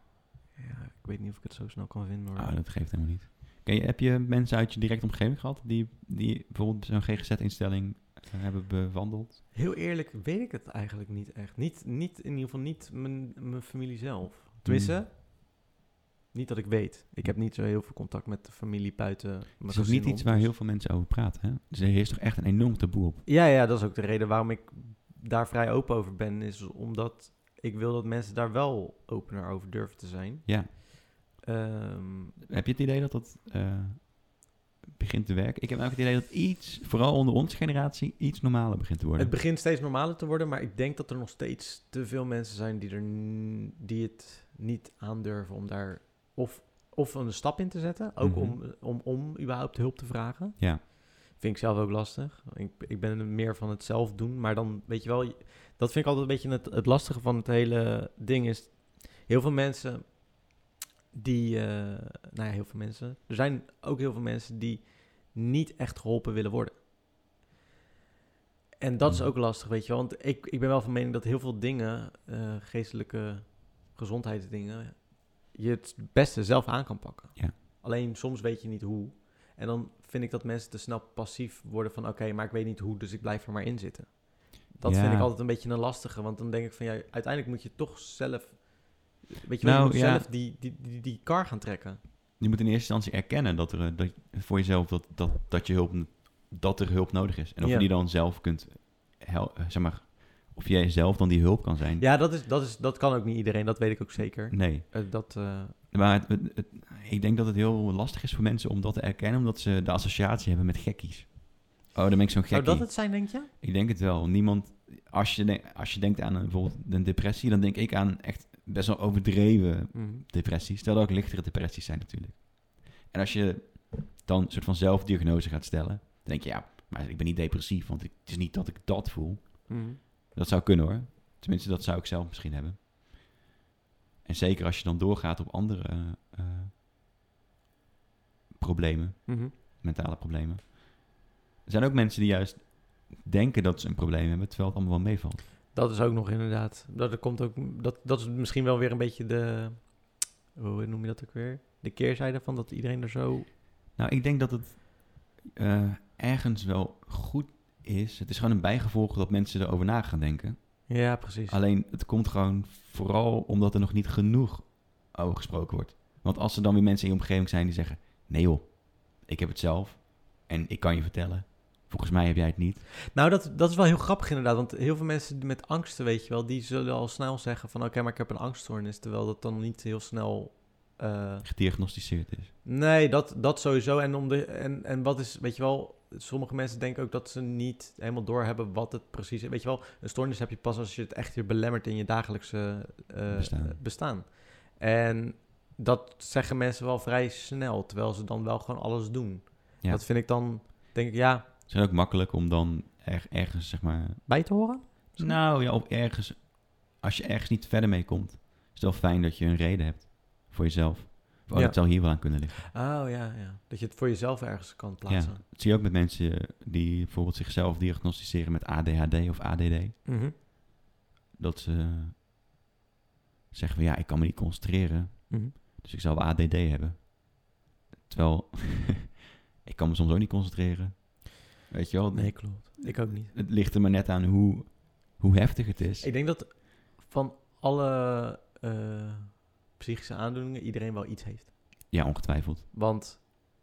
Speaker 1: Ja, ik weet niet of ik het zo snel kan vinden. hoor.
Speaker 2: Ah, dat geeft helemaal niet. Ken je, heb je mensen uit je directe omgeving gehad die, die bijvoorbeeld zo'n GGZ-instelling eh, hebben bewandeld?
Speaker 1: Heel eerlijk weet ik het eigenlijk niet echt. Niet, niet in ieder geval niet mijn, mijn familie zelf. Tenminste,
Speaker 2: Hmm.
Speaker 1: niet dat ik weet. Ik heb niet zo heel veel contact met de familie buiten mijn
Speaker 2: Het is ook
Speaker 1: gezin
Speaker 2: niet
Speaker 1: om,
Speaker 2: iets waar
Speaker 1: dus-
Speaker 2: heel veel mensen over praten. Hè? Dus er is toch echt een enorm taboe op.
Speaker 1: Ja, ja, dat is ook de reden waarom ik daar vrij open over ben. Is omdat ik wil dat mensen daar wel opener over durven te zijn.
Speaker 2: Ja.
Speaker 1: Ehm,
Speaker 2: Heb je het idee dat dat eh, begint te werken? Ik heb ook het idee dat iets, vooral onder onze generatie, iets normaler begint te worden.
Speaker 1: het begint steeds normaler te worden, maar ik denk dat er nog steeds te veel mensen zijn die, er, n- die het niet aandurven om daar of, of een stap in te zetten, ook
Speaker 2: Mhm.
Speaker 1: om, om, om überhaupt hulp te vragen.
Speaker 2: Ja.
Speaker 1: Vind ik zelf ook lastig. Ik, ik ben meer van het zelf doen, maar dan weet je wel, je- dat vind ik altijd een beetje het, het lastige van het hele ding is, heel veel mensen die, eh, nou ja, heel veel mensen, er zijn ook heel veel mensen die niet echt geholpen willen worden. En dat is
Speaker 2: Mhm.
Speaker 1: ook lastig, weet je wel. Want ik, ik ben wel van mening dat heel veel dingen, eh, geestelijke gezondheidsdingen, je het beste zelf aan kan pakken.
Speaker 2: Ja.
Speaker 1: Alleen soms weet je niet hoe. En dan vind ik dat mensen te snel passief worden van... oké, maar ik weet niet hoe, dus ik blijf er maar in zitten. Dat
Speaker 2: Ja.
Speaker 1: vind ik altijd een beetje een lastige. Want dan denk ik van, ja, uiteindelijk moet je toch zelf... Weet je wel,
Speaker 2: Nou,
Speaker 1: je moet
Speaker 2: ja.
Speaker 1: zelf die, die, die, die kar gaan trekken.
Speaker 2: Je moet in eerste instantie erkennen dat er eh, dat, voor jezelf dat, dat, dat, je hulp, dat er hulp nodig is. En of
Speaker 1: Ja.
Speaker 2: je die dan zelf kunt helpen, zeg maar, of jij zelf dan die hulp kan zijn.
Speaker 1: Ja, dat, is, dat, is, dat kan ook niet iedereen, dat weet ik ook zeker.
Speaker 2: Nee.
Speaker 1: Eh, dat, eh,
Speaker 2: Maar het- het- het- ik denk dat het heel lastig is voor mensen om dat te erkennen, omdat ze de associatie hebben met gekkies. Oh, dan ben ik zo'n gekkie.
Speaker 1: zou dat het zijn, denk je?
Speaker 2: Ik denk het wel. Niemand, als je, denk- als je denkt aan een, bijvoorbeeld een depressie, dan denk ik aan echt best wel overdreven
Speaker 1: Mhm,
Speaker 2: depressies. Terwijl er ook lichtere depressies zijn natuurlijk. En als je dan een soort van zelfdiagnose gaat stellen, dan denk je ja, maar ik ben niet depressief, want ik- het is niet dat ik dat voel.
Speaker 1: mhm,
Speaker 2: Dat zou kunnen hoor. Tenminste, dat zou ik zelf misschien hebben. En zeker als je dan doorgaat op andere eh, eh, problemen,
Speaker 1: mhm.
Speaker 2: mentale problemen. Er zijn ook mensen die juist denken dat ze een probleem hebben, terwijl het allemaal wel meevalt.
Speaker 1: Dat is ook nog inderdaad. Dat, er komt ook, dat, dat is misschien wel weer een beetje de... Hoe noem je dat ook weer? De keerzijde van dat iedereen er zo...
Speaker 2: Nou, ik denk dat het eh, ergens wel goed is. Het is gewoon een bijgevolg dat mensen erover na gaan denken.
Speaker 1: Ja,
Speaker 2: Ah.
Speaker 1: precies.
Speaker 2: Alleen het komt gewoon vooral omdat er nog niet genoeg over gesproken wordt. Want Want als er dan weer mensen in je omgeving zijn die zeggen... Nee joh, ik heb het zelf. En ik kan je vertellen. Volgens mij heb jij het niet.
Speaker 1: Nou, dat, dat is wel heel grappig inderdaad. Want heel veel mensen die met angsten, weet je wel, die zullen al snel zeggen van oké, maar ik heb een angststoornis. Terwijl dat dan niet heel snel. eh,
Speaker 2: Gediagnosticeerd is.
Speaker 1: nee, dat, dat sowieso. En, om de, en, en wat is, weet je wel, sommige mensen denken ook dat ze niet helemaal doorhebben wat het precies is. Weet je wel, een stoornis heb je pas als je het echt weer belemmert in je dagelijkse eh,
Speaker 2: Bestaan.
Speaker 1: bestaan. En dat zeggen mensen wel vrij snel, terwijl ze dan wel gewoon alles doen.
Speaker 2: Ja.
Speaker 1: Dat vind ik dan, denk ik, ja,
Speaker 2: Het is ook makkelijk om dan er- ergens, zeg maar...
Speaker 1: bij te horen. Misschien?
Speaker 2: Nou ja, of ergens... Als je ergens niet verder mee komt... Is het wel fijn dat je een reden hebt. Voor jezelf. Van, Oh,
Speaker 1: Ja.
Speaker 2: Dat zou hier wel aan kunnen liggen.
Speaker 1: Oh ja, ja, dat je het voor jezelf ergens kan plaatsen.
Speaker 2: Dat zie je ook met mensen die bijvoorbeeld zichzelf diagnosticeren met ADHD of ADD.
Speaker 1: Mhm.
Speaker 2: dat ze zeggen van ja, ik kan me niet concentreren,
Speaker 1: Mhm.
Speaker 2: dus ik zal wel ADD hebben. Terwijl ik kan me soms ook niet concentreren. Weet je wel,
Speaker 1: Nee, klopt. Ik ook niet.
Speaker 2: het ligt er maar net aan hoe, hoe heftig het is.
Speaker 1: Ik denk dat van alle eh, psychische aandoeningen iedereen wel iets heeft.
Speaker 2: Ja, ongetwijfeld.
Speaker 1: Want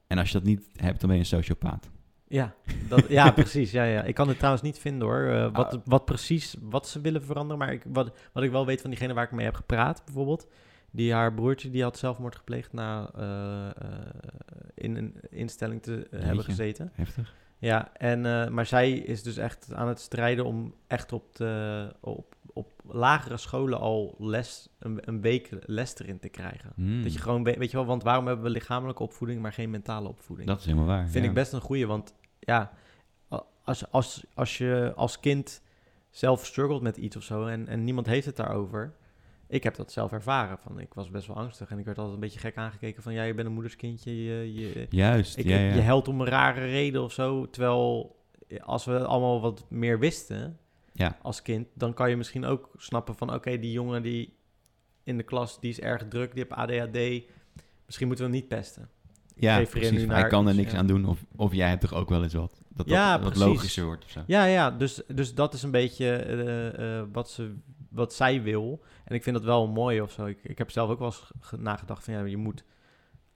Speaker 2: En als je dat niet hebt, dan ben je een sociopaat.
Speaker 1: ja, dat, ja precies. Ja, ja. Ik kan het trouwens niet vinden hoor. eh, wat,
Speaker 2: Ah.
Speaker 1: wat precies wat ze willen veranderen. Maar ik, wat, wat ik wel weet van diegene waar ik mee heb gepraat bijvoorbeeld. Die haar broertje die had zelfmoord gepleegd na eh, eh, in een instelling te eh, hebben
Speaker 2: Jeetje.
Speaker 1: gezeten.
Speaker 2: Heftig.
Speaker 1: Ja, en, eh, maar zij is dus echt aan het strijden om echt op, de, op, op lagere scholen al les, een, een week les erin te krijgen.
Speaker 2: Hmm,
Speaker 1: Dat je gewoon, we- weet je wel, want waarom hebben we lichamelijke opvoeding, maar geen mentale opvoeding?
Speaker 2: dat is helemaal waar.
Speaker 1: vind
Speaker 2: ja.
Speaker 1: ik best een goeie, want ja, a- als, als, als je als kind zelf struggelt met iets of zo en, en niemand heeft het daarover. Ik heb dat zelf ervaren, van ik was best wel angstig en ik werd altijd een beetje gek aangekeken van, ja, je bent een moederskindje, je, je,
Speaker 2: Juist,
Speaker 1: ik,
Speaker 2: ja,
Speaker 1: ik-
Speaker 2: ja.
Speaker 1: Je helpt om een rare reden of zo. Terwijl eh, als we allemaal wat meer wisten
Speaker 2: Ja.
Speaker 1: als kind, dan kan je misschien ook snappen van oké, die jongen die in de klas, die is erg druk, die heeft ADHD. Misschien moeten we hem niet pesten.
Speaker 2: ja,
Speaker 1: geef
Speaker 2: precies.
Speaker 1: erin nu
Speaker 2: van, Hij
Speaker 1: naar
Speaker 2: kan er
Speaker 1: iets,
Speaker 2: niks
Speaker 1: ja.
Speaker 2: aan doen. Of, of jij hebt toch ook wel eens wat. Dat
Speaker 1: Ja,
Speaker 2: dat, wat
Speaker 1: precies.
Speaker 2: logischer wordt of zo.
Speaker 1: Ja, ja, dus, dus dat is een beetje eh, eh, wat, ze, wat zij wil. En ik vind dat wel mooi of zo. Ik, ik heb zelf ook wel eens ge- nagedacht van ja, je moet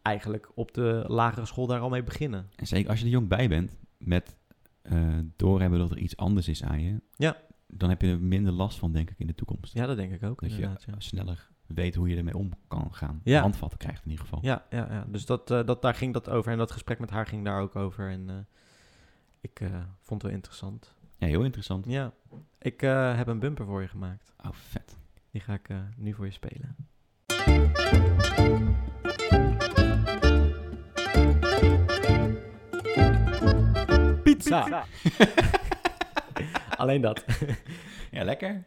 Speaker 1: eigenlijk op de lagere school daar al mee beginnen.
Speaker 2: En zeker als je er jong bij bent, met eh, doorhebben dat er iets anders is aan je,
Speaker 1: Ja.
Speaker 2: dan heb je er minder last van, denk ik, in de toekomst.
Speaker 1: Ja, dat denk ik ook.
Speaker 2: dat je
Speaker 1: inderdaad, ja.
Speaker 2: sneller weet hoe je ermee om kan gaan.
Speaker 1: Ja.
Speaker 2: Handvatten krijgt in ieder geval.
Speaker 1: Ja, ja, ja. dus dat, eh, dat, daar ging dat over. En dat gesprek met haar ging daar ook over. En eh, ik eh, vond het wel interessant.
Speaker 2: Ja, heel interessant.
Speaker 1: Ja, ik eh, heb een bumper voor je gemaakt.
Speaker 2: Oh, vet.
Speaker 1: Die ga ik eh, nu voor je spelen. Pizza! Alleen dat.
Speaker 2: Ja, lekker.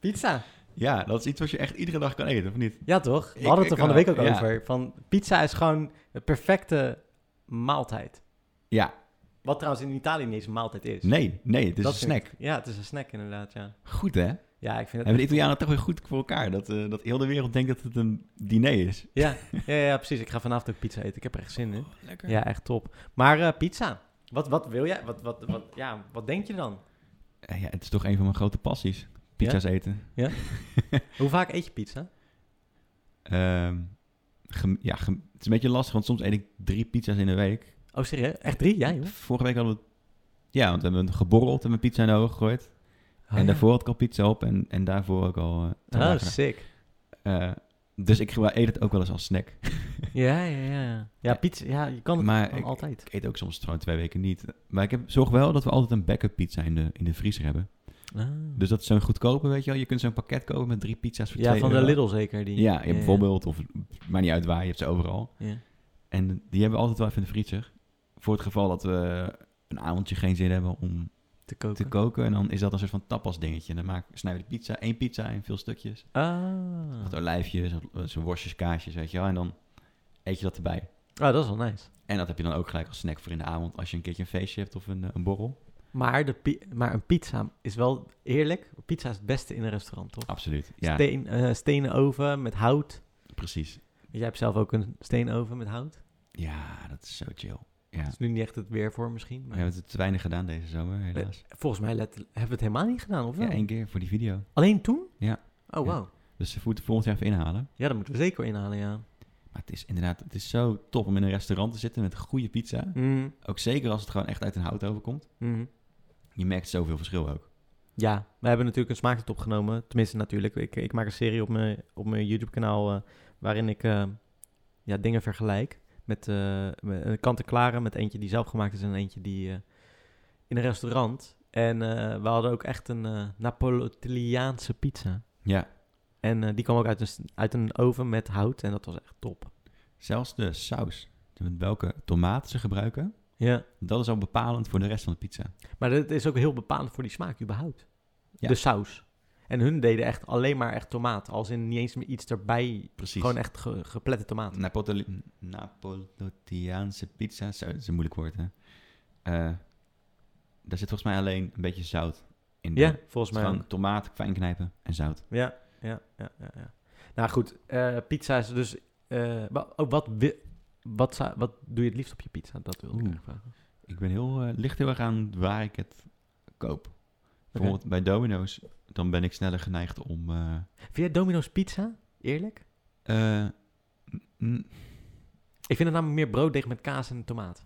Speaker 1: Pizza!
Speaker 2: Ja, dat is iets wat je echt iedere dag kan eten, of niet?
Speaker 1: Ja, toch? We
Speaker 2: Ik-
Speaker 1: hadden
Speaker 2: ik
Speaker 1: het er van de
Speaker 2: wel,
Speaker 1: week ook
Speaker 2: ja.
Speaker 1: over. Van, pizza is gewoon de perfecte maaltijd.
Speaker 2: Ja,
Speaker 1: Wat trouwens in Italië niet eens een maaltijd is.
Speaker 2: nee, nee, het is
Speaker 1: Dat
Speaker 2: een
Speaker 1: vind
Speaker 2: snack.
Speaker 1: ik- ja, het is een snack inderdaad, ja.
Speaker 2: Goed, hè?
Speaker 1: Ja, ik vind het...
Speaker 2: Hebben de Italianen toch weer goed voor elkaar, dat, eh, dat heel de wereld denkt dat het een diner is.
Speaker 1: Ja, ja, ja, precies. Ik ga vanavond ook pizza eten. Ik heb er echt zin in.
Speaker 2: Lekker.
Speaker 1: Ja, echt top. Maar eh, pizza. Wat, wat wil jij? Wat, wat, wat, ja, wat denk je dan?
Speaker 2: Eh, Ja, ja, het is toch een van mijn grote passies. Pizza's eten.
Speaker 1: Hoe vaak eet je pizza?
Speaker 2: Ehm, gem- ja, gem- het is een beetje lastig, want soms eet ik drie pizza's in de week.
Speaker 1: Oh, serieus? Echt drie? Ja, joh.
Speaker 2: Vorige week hadden we... Ja, want we hebben geborreld en mijn pizza in de oven gegooid.
Speaker 1: Ah,
Speaker 2: en daarvoor had ik al pizza op en, en daarvoor ook al... eh,
Speaker 1: Oh,
Speaker 2: tacos.
Speaker 1: sick.
Speaker 2: Eh, dus ik gebruik- eet het ook wel eens als snack.
Speaker 1: Ja, ja, ja. Ja, pizza. Ja, je kan het
Speaker 2: Maar
Speaker 1: gewoon
Speaker 2: ik-
Speaker 1: altijd.
Speaker 2: Ik eet ook soms gewoon twee weken niet. Maar ik heb, zorg wel dat we altijd een backup pizza in de, in de vriezer hebben.
Speaker 1: Ah.
Speaker 2: Dus dat is zo'n goedkope, weet je wel. Je kunt zo'n pakket kopen met drie pizza's voor
Speaker 1: ja,
Speaker 2: twee
Speaker 1: van de
Speaker 2: euro.
Speaker 1: Lidl zeker. Die.
Speaker 2: Ja, je hebt bijvoorbeeld, of maakt niet uit waar, je hebt ze overal.
Speaker 1: Ja.
Speaker 2: En die hebben we altijd wel even in de vriezer. Voor het geval dat we een avondje geen zin hebben om
Speaker 1: Te koken.
Speaker 2: te koken. En dan is dat een soort van tapas dingetje. En dan maken, snijden we de pizza, één pizza in veel stukjes.
Speaker 1: ah.
Speaker 2: Wat olijfjes, wat- wat zo'n worstjes, kaasjes, weet je wel. En dan eet je dat erbij.
Speaker 1: Ah, dat is wel nice.
Speaker 2: En dat heb je dan ook gelijk als snack voor in de avond. Als je een keertje een feestje hebt of een, eh, een borrel.
Speaker 1: Maar, de pi- maar een pizza is wel eerlijk. Pizza is het beste in een restaurant, toch?
Speaker 2: Absoluut. Ja,
Speaker 1: Steen, eh, stenen oven met hout.
Speaker 2: precies.
Speaker 1: Jij hebt zelf ook een steenoven met hout.
Speaker 2: Ja, dat is zo chill. Ja.
Speaker 1: Dat is nu niet echt het weer voor misschien.
Speaker 2: We
Speaker 1: Maar
Speaker 2: hebben het te weinig gedaan deze zomer, helaas.
Speaker 1: Volgens mij let- hebben we het helemaal niet gedaan, of wel?
Speaker 2: Ja, één keer voor die video.
Speaker 1: Alleen toen?
Speaker 2: Ja.
Speaker 1: Oh,
Speaker 2: Ja.
Speaker 1: wauw.
Speaker 2: Dus ze moeten volgend jaar even inhalen.
Speaker 1: Ja, dat moeten we zeker inhalen, ja.
Speaker 2: Maar het is inderdaad, het is zo top om in een restaurant te zitten met goede pizza.
Speaker 1: Mhm,
Speaker 2: Ook zeker als het gewoon echt uit een hout overkomt.
Speaker 1: mhm.
Speaker 2: Je merkt zoveel verschil ook.
Speaker 1: Ja, we hebben natuurlijk een smaaktest opgenomen. Tenminste, natuurlijk. Ik, ik maak een serie op mijn, op mijn YouTube-kanaal eh, waarin ik eh, ja, dingen vergelijk. Met eh, met een kant-en-klare, met eentje die zelf gemaakt is en eentje die eh, in een restaurant. En eh, we hadden ook echt een eh Napolitaanse pizza.
Speaker 2: Ja,
Speaker 1: En eh, die kwam ook uit een, s- uit een oven met hout en dat was echt top.
Speaker 2: zelfs de saus. Met welke tomaten ze gebruiken,
Speaker 1: Ja,
Speaker 2: dat is al bepalend voor de rest van de pizza.
Speaker 1: maar dat is ook heel bepalend voor die smaak überhaupt.
Speaker 2: Ja.
Speaker 1: De saus. En hun deden echt alleen maar echt tomaat. Als in niet eens meer iets erbij.
Speaker 2: Precies.
Speaker 1: Gewoon echt ge- geplette tomaat.
Speaker 2: Napoli- Napolitaanse pizza. Zo, dat is een moeilijk woord, hè? Eh, daar zit volgens mij alleen een beetje zout in. de-
Speaker 1: Ja, volgens mij.
Speaker 2: Gewoon
Speaker 1: ook.
Speaker 2: tomaat, fijn knijpen en zout.
Speaker 1: Ja, ja, ja, ja, ja. Nou goed, eh, pizza is dus. eh, wa- oh, wat, wi- wat, zou- wat doe je het liefst op je pizza? Dat wil ik
Speaker 2: Oeh.
Speaker 1: eigenlijk vragen.
Speaker 2: Ik ben heel, eh, ligt heel erg aan waar ik het koop. Bijvoorbeeld bij Domino's, dan ben ik sneller geneigd om... eh,
Speaker 1: Vind jij Domino's pizza? Eerlijk?
Speaker 2: eh, mm,
Speaker 1: Ik vind het namelijk meer brooddeeg met kaas en tomaat.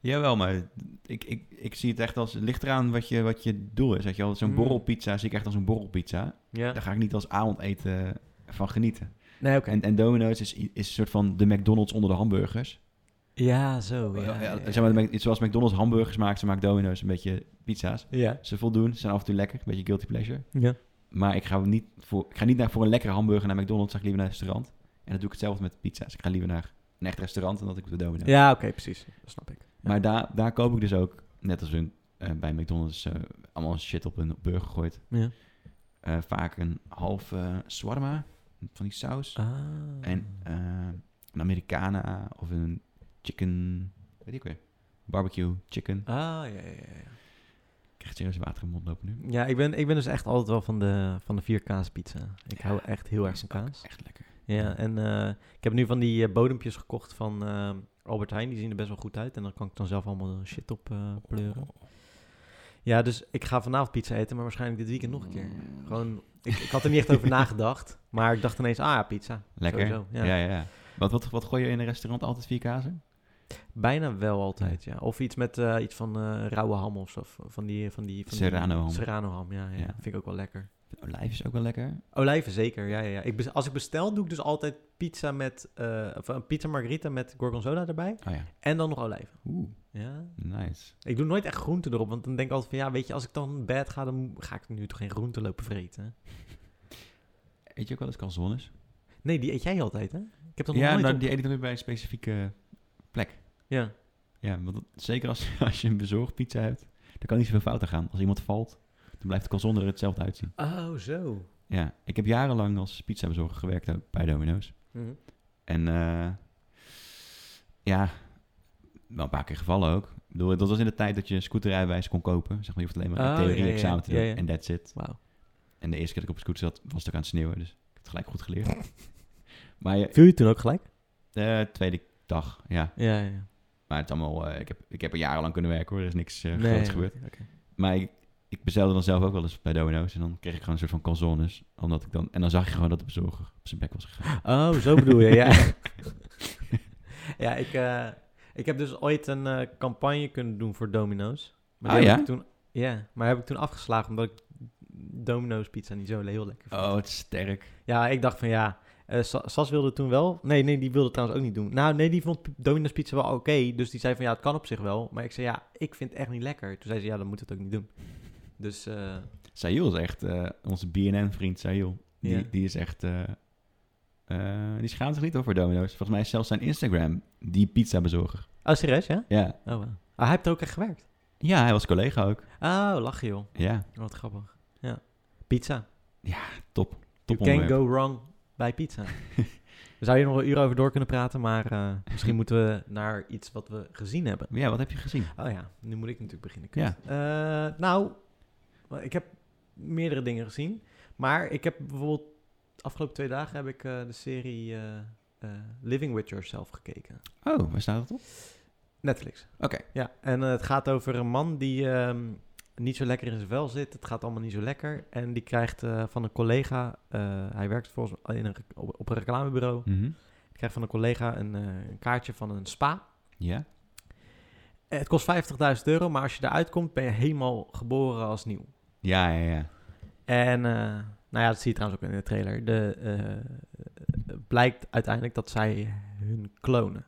Speaker 2: Jawel, maar ik, ik, ik zie het echt als... Het ligt eraan wat je, wat je doel is. Weet je wel, zo'n
Speaker 1: Mm.
Speaker 2: borrelpizza zie ik echt als een borrelpizza.
Speaker 1: Ja.
Speaker 2: Daar ga ik niet als avondeten eh, van genieten.
Speaker 1: Nee, oké.
Speaker 2: En, en Domino's is, is een soort van de McDonald's onder de hamburgers.
Speaker 1: Ja, zo. Oh, Ja,
Speaker 2: Ja,
Speaker 1: ja,
Speaker 2: Zeg maar, de Mc- zoals McDonald's hamburgers maakt, ze maakt Domino's een beetje pizza's.
Speaker 1: ja.
Speaker 2: Ze voldoen, ze zijn af en toe lekker, een beetje guilty pleasure.
Speaker 1: ja.
Speaker 2: Maar ik ga niet, voor, ik ga niet naar, voor een lekkere hamburger naar McDonald's, ga ik liever naar een restaurant. En dat doe ik hetzelfde met pizza's. Ik ga liever naar een echt restaurant dan dat ik op de Domino's.
Speaker 1: Ja, oké, precies. Dat snap ik.
Speaker 2: Maar daar, daar koop ik dus ook, net als hun, eh, bij McDonald's, eh, allemaal shit op een burger gooit.
Speaker 1: Ja.
Speaker 2: vaak een halve eh, shawarma van die saus.
Speaker 1: Ah.
Speaker 2: En eh, een Americana of een chicken, weet ik weer, barbecue chicken. Ik
Speaker 1: Ah, ja, ja, ja. ja.
Speaker 2: krijg serieus water in mijn mond lopen nu.
Speaker 1: Ja, ik ben, ik ben dus echt altijd wel van de, van de vier kaas pizza. Ik hou echt heel erg
Speaker 2: is
Speaker 1: van
Speaker 2: ook
Speaker 1: kaas.
Speaker 2: Echt lekker.
Speaker 1: Ja, en eh, ik heb nu van die eh, bodempjes gekocht van eh, Albert Heijn. Die zien er best wel goed uit. En dan kan ik dan zelf allemaal shit op eh, pleuren. Ja, dus ik ga vanavond pizza eten, maar waarschijnlijk dit weekend nog een keer. Gewoon, ik, ik had er niet echt over nagedacht. Maar ik dacht ineens, ah ja, pizza.
Speaker 2: Lekker.
Speaker 1: Sowieso, ja.
Speaker 2: ja. ja, ja, Wat, wat, wat gooi je in een restaurant altijd vier kazen?
Speaker 1: Bijna wel altijd, ja. Of iets met eh, iets van eh, rauwe ham of zo. Van die, van die, van
Speaker 2: Serrano
Speaker 1: die,
Speaker 2: ham.
Speaker 1: Serrano ham, ja, ja,
Speaker 2: Ja.
Speaker 1: Vind ik ook wel lekker.
Speaker 2: Olijf is ook wel lekker.
Speaker 1: Olijven zeker, ja, ja, ja. Ik, bes- als ik bestel, doe ik dus altijd pizza met... eh, of een pizza margarita met gorgonzola erbij.
Speaker 2: Oh ja.
Speaker 1: En dan nog olijven.
Speaker 2: Oeh,
Speaker 1: Ja,
Speaker 2: nice.
Speaker 1: Ik doe nooit echt groenten erop, want dan denk ik altijd van ja, weet je, als ik dan bed ga, dan ga ik nu toch geen groenten lopen vreten.
Speaker 2: Eet je ook wel eens calzones?
Speaker 1: Nee, die eet jij altijd, hè? Ik heb dat nog
Speaker 2: Ja,
Speaker 1: nooit.
Speaker 2: nou,
Speaker 1: op-
Speaker 2: die eet ik dan weer bij een specifieke plek.
Speaker 1: Ja.
Speaker 2: Ja, want dat- zeker als, als je een bezorgd pizza hebt, dan kan niet zoveel fouten gaan. Als iemand valt, dan blijft de calzone er hetzelfde uitzien.
Speaker 1: Oh, zo.
Speaker 2: Ja, ik heb jarenlang als pizzabezorger gewerkt ook bij Domino's.
Speaker 1: Mhm.
Speaker 2: En eh, ja, wel een paar keer gevallen ook. Ik bedoel, dat was in de tijd dat je scooterrijbewijs kon kopen. Zeg maar, je hoeft alleen maar
Speaker 1: Oh,
Speaker 2: een
Speaker 1: ja, ja,
Speaker 2: theorie-examen te
Speaker 1: ja,
Speaker 2: doen
Speaker 1: ja.
Speaker 2: en that's it.
Speaker 1: Wauw.
Speaker 2: En de eerste keer dat ik op de scooter zat, was het ook aan het sneeuwen. Dus ik heb het gelijk goed geleerd. maar je-
Speaker 1: Viel je toen ook gelijk?
Speaker 2: eh, tweede dag, ja.
Speaker 1: Ja, ja, ja.
Speaker 2: Maar het is allemaal, eh, ik, heb, ik heb er jarenlang kunnen werken hoor. Er is niks eh,
Speaker 1: Nee,
Speaker 2: groots
Speaker 1: ja,
Speaker 2: gebeurd.
Speaker 1: oké, oké.
Speaker 2: Maar ik, ik bestelde dan zelf ook wel eens bij Domino's. En dan kreeg ik gewoon een soort van calzones. Omdat ik dan, en dan zag je gewoon dat de bezorger op zijn bek was gegaan.
Speaker 1: Oh, zo bedoel je, ja. ja, ik, eh, ik heb dus ooit een eh, campagne kunnen doen voor Domino's. Maar die
Speaker 2: Ah,
Speaker 1: heb
Speaker 2: ja?
Speaker 1: Ik toen, ja, maar heb ik toen afgeslagen omdat ik Domino's pizza niet zo heel lekker vond.
Speaker 2: Oh, het is sterk.
Speaker 1: Ja, ik dacht van ja. eh, Sa- Sas wilde toen wel. Nee, nee, die wilde het trouwens ook niet doen. Nou, nee, die vond p- Domino's Pizza wel oké. dus die zei van ja, het kan op zich wel. Maar ik zei ja, ik vind het echt niet lekker. Toen zei ze ja, dan moet het ook niet doen. Dus eh,
Speaker 2: Sayul is echt, eh, onze BNN-vriend Sayul. Die,
Speaker 1: Ja.
Speaker 2: die is echt, eh, eh, die schaamt zich niet over Domino's. Volgens mij is zelfs zijn Instagram die pizza-bezorger.
Speaker 1: Oh, serieus, ja?
Speaker 2: Ja.
Speaker 1: Oh, wow. Ah, hij heeft ook echt gewerkt.
Speaker 2: ja, hij was collega ook.
Speaker 1: Oh, lachen joh.
Speaker 2: Ja,
Speaker 1: Wat grappig. Ja. Pizza.
Speaker 2: top.
Speaker 1: You can
Speaker 2: Top onderwerp.
Speaker 1: go wrong bij pizza. We zouden hier nog een uur over door kunnen praten, maar eh, misschien moeten we naar iets wat we gezien hebben.
Speaker 2: Ja, wat heb je gezien?
Speaker 1: Oh ja, nu moet ik natuurlijk beginnen.
Speaker 2: Ja.
Speaker 1: Eh, nou, ik heb meerdere dingen gezien. Maar ik heb bijvoorbeeld... De afgelopen twee dagen heb ik eh, de serie eh, eh, Living With Yourself gekeken.
Speaker 2: Oh, waar staat het op?
Speaker 1: Netflix.
Speaker 2: Oké.
Speaker 1: Ja, en eh, het gaat over een man die ehm, niet zo lekker in zijn vel zit. Het gaat allemaal niet zo lekker. En die krijgt eh, van een collega... eh, hij werkt volgens in een, rec- op, op een reclamebureau.
Speaker 2: Mhm.
Speaker 1: Ik krijg van een collega een, eh, een kaartje van een spa.
Speaker 2: Ja?
Speaker 1: Eh, Het kost 50.000 euro, maar als je eruit komt ben je helemaal geboren als nieuw.
Speaker 2: Ja, ja, ja.
Speaker 1: En eh, nou ja, dat zie je trouwens ook in de trailer. De, eh, blijkt uiteindelijk dat zij hun klonen.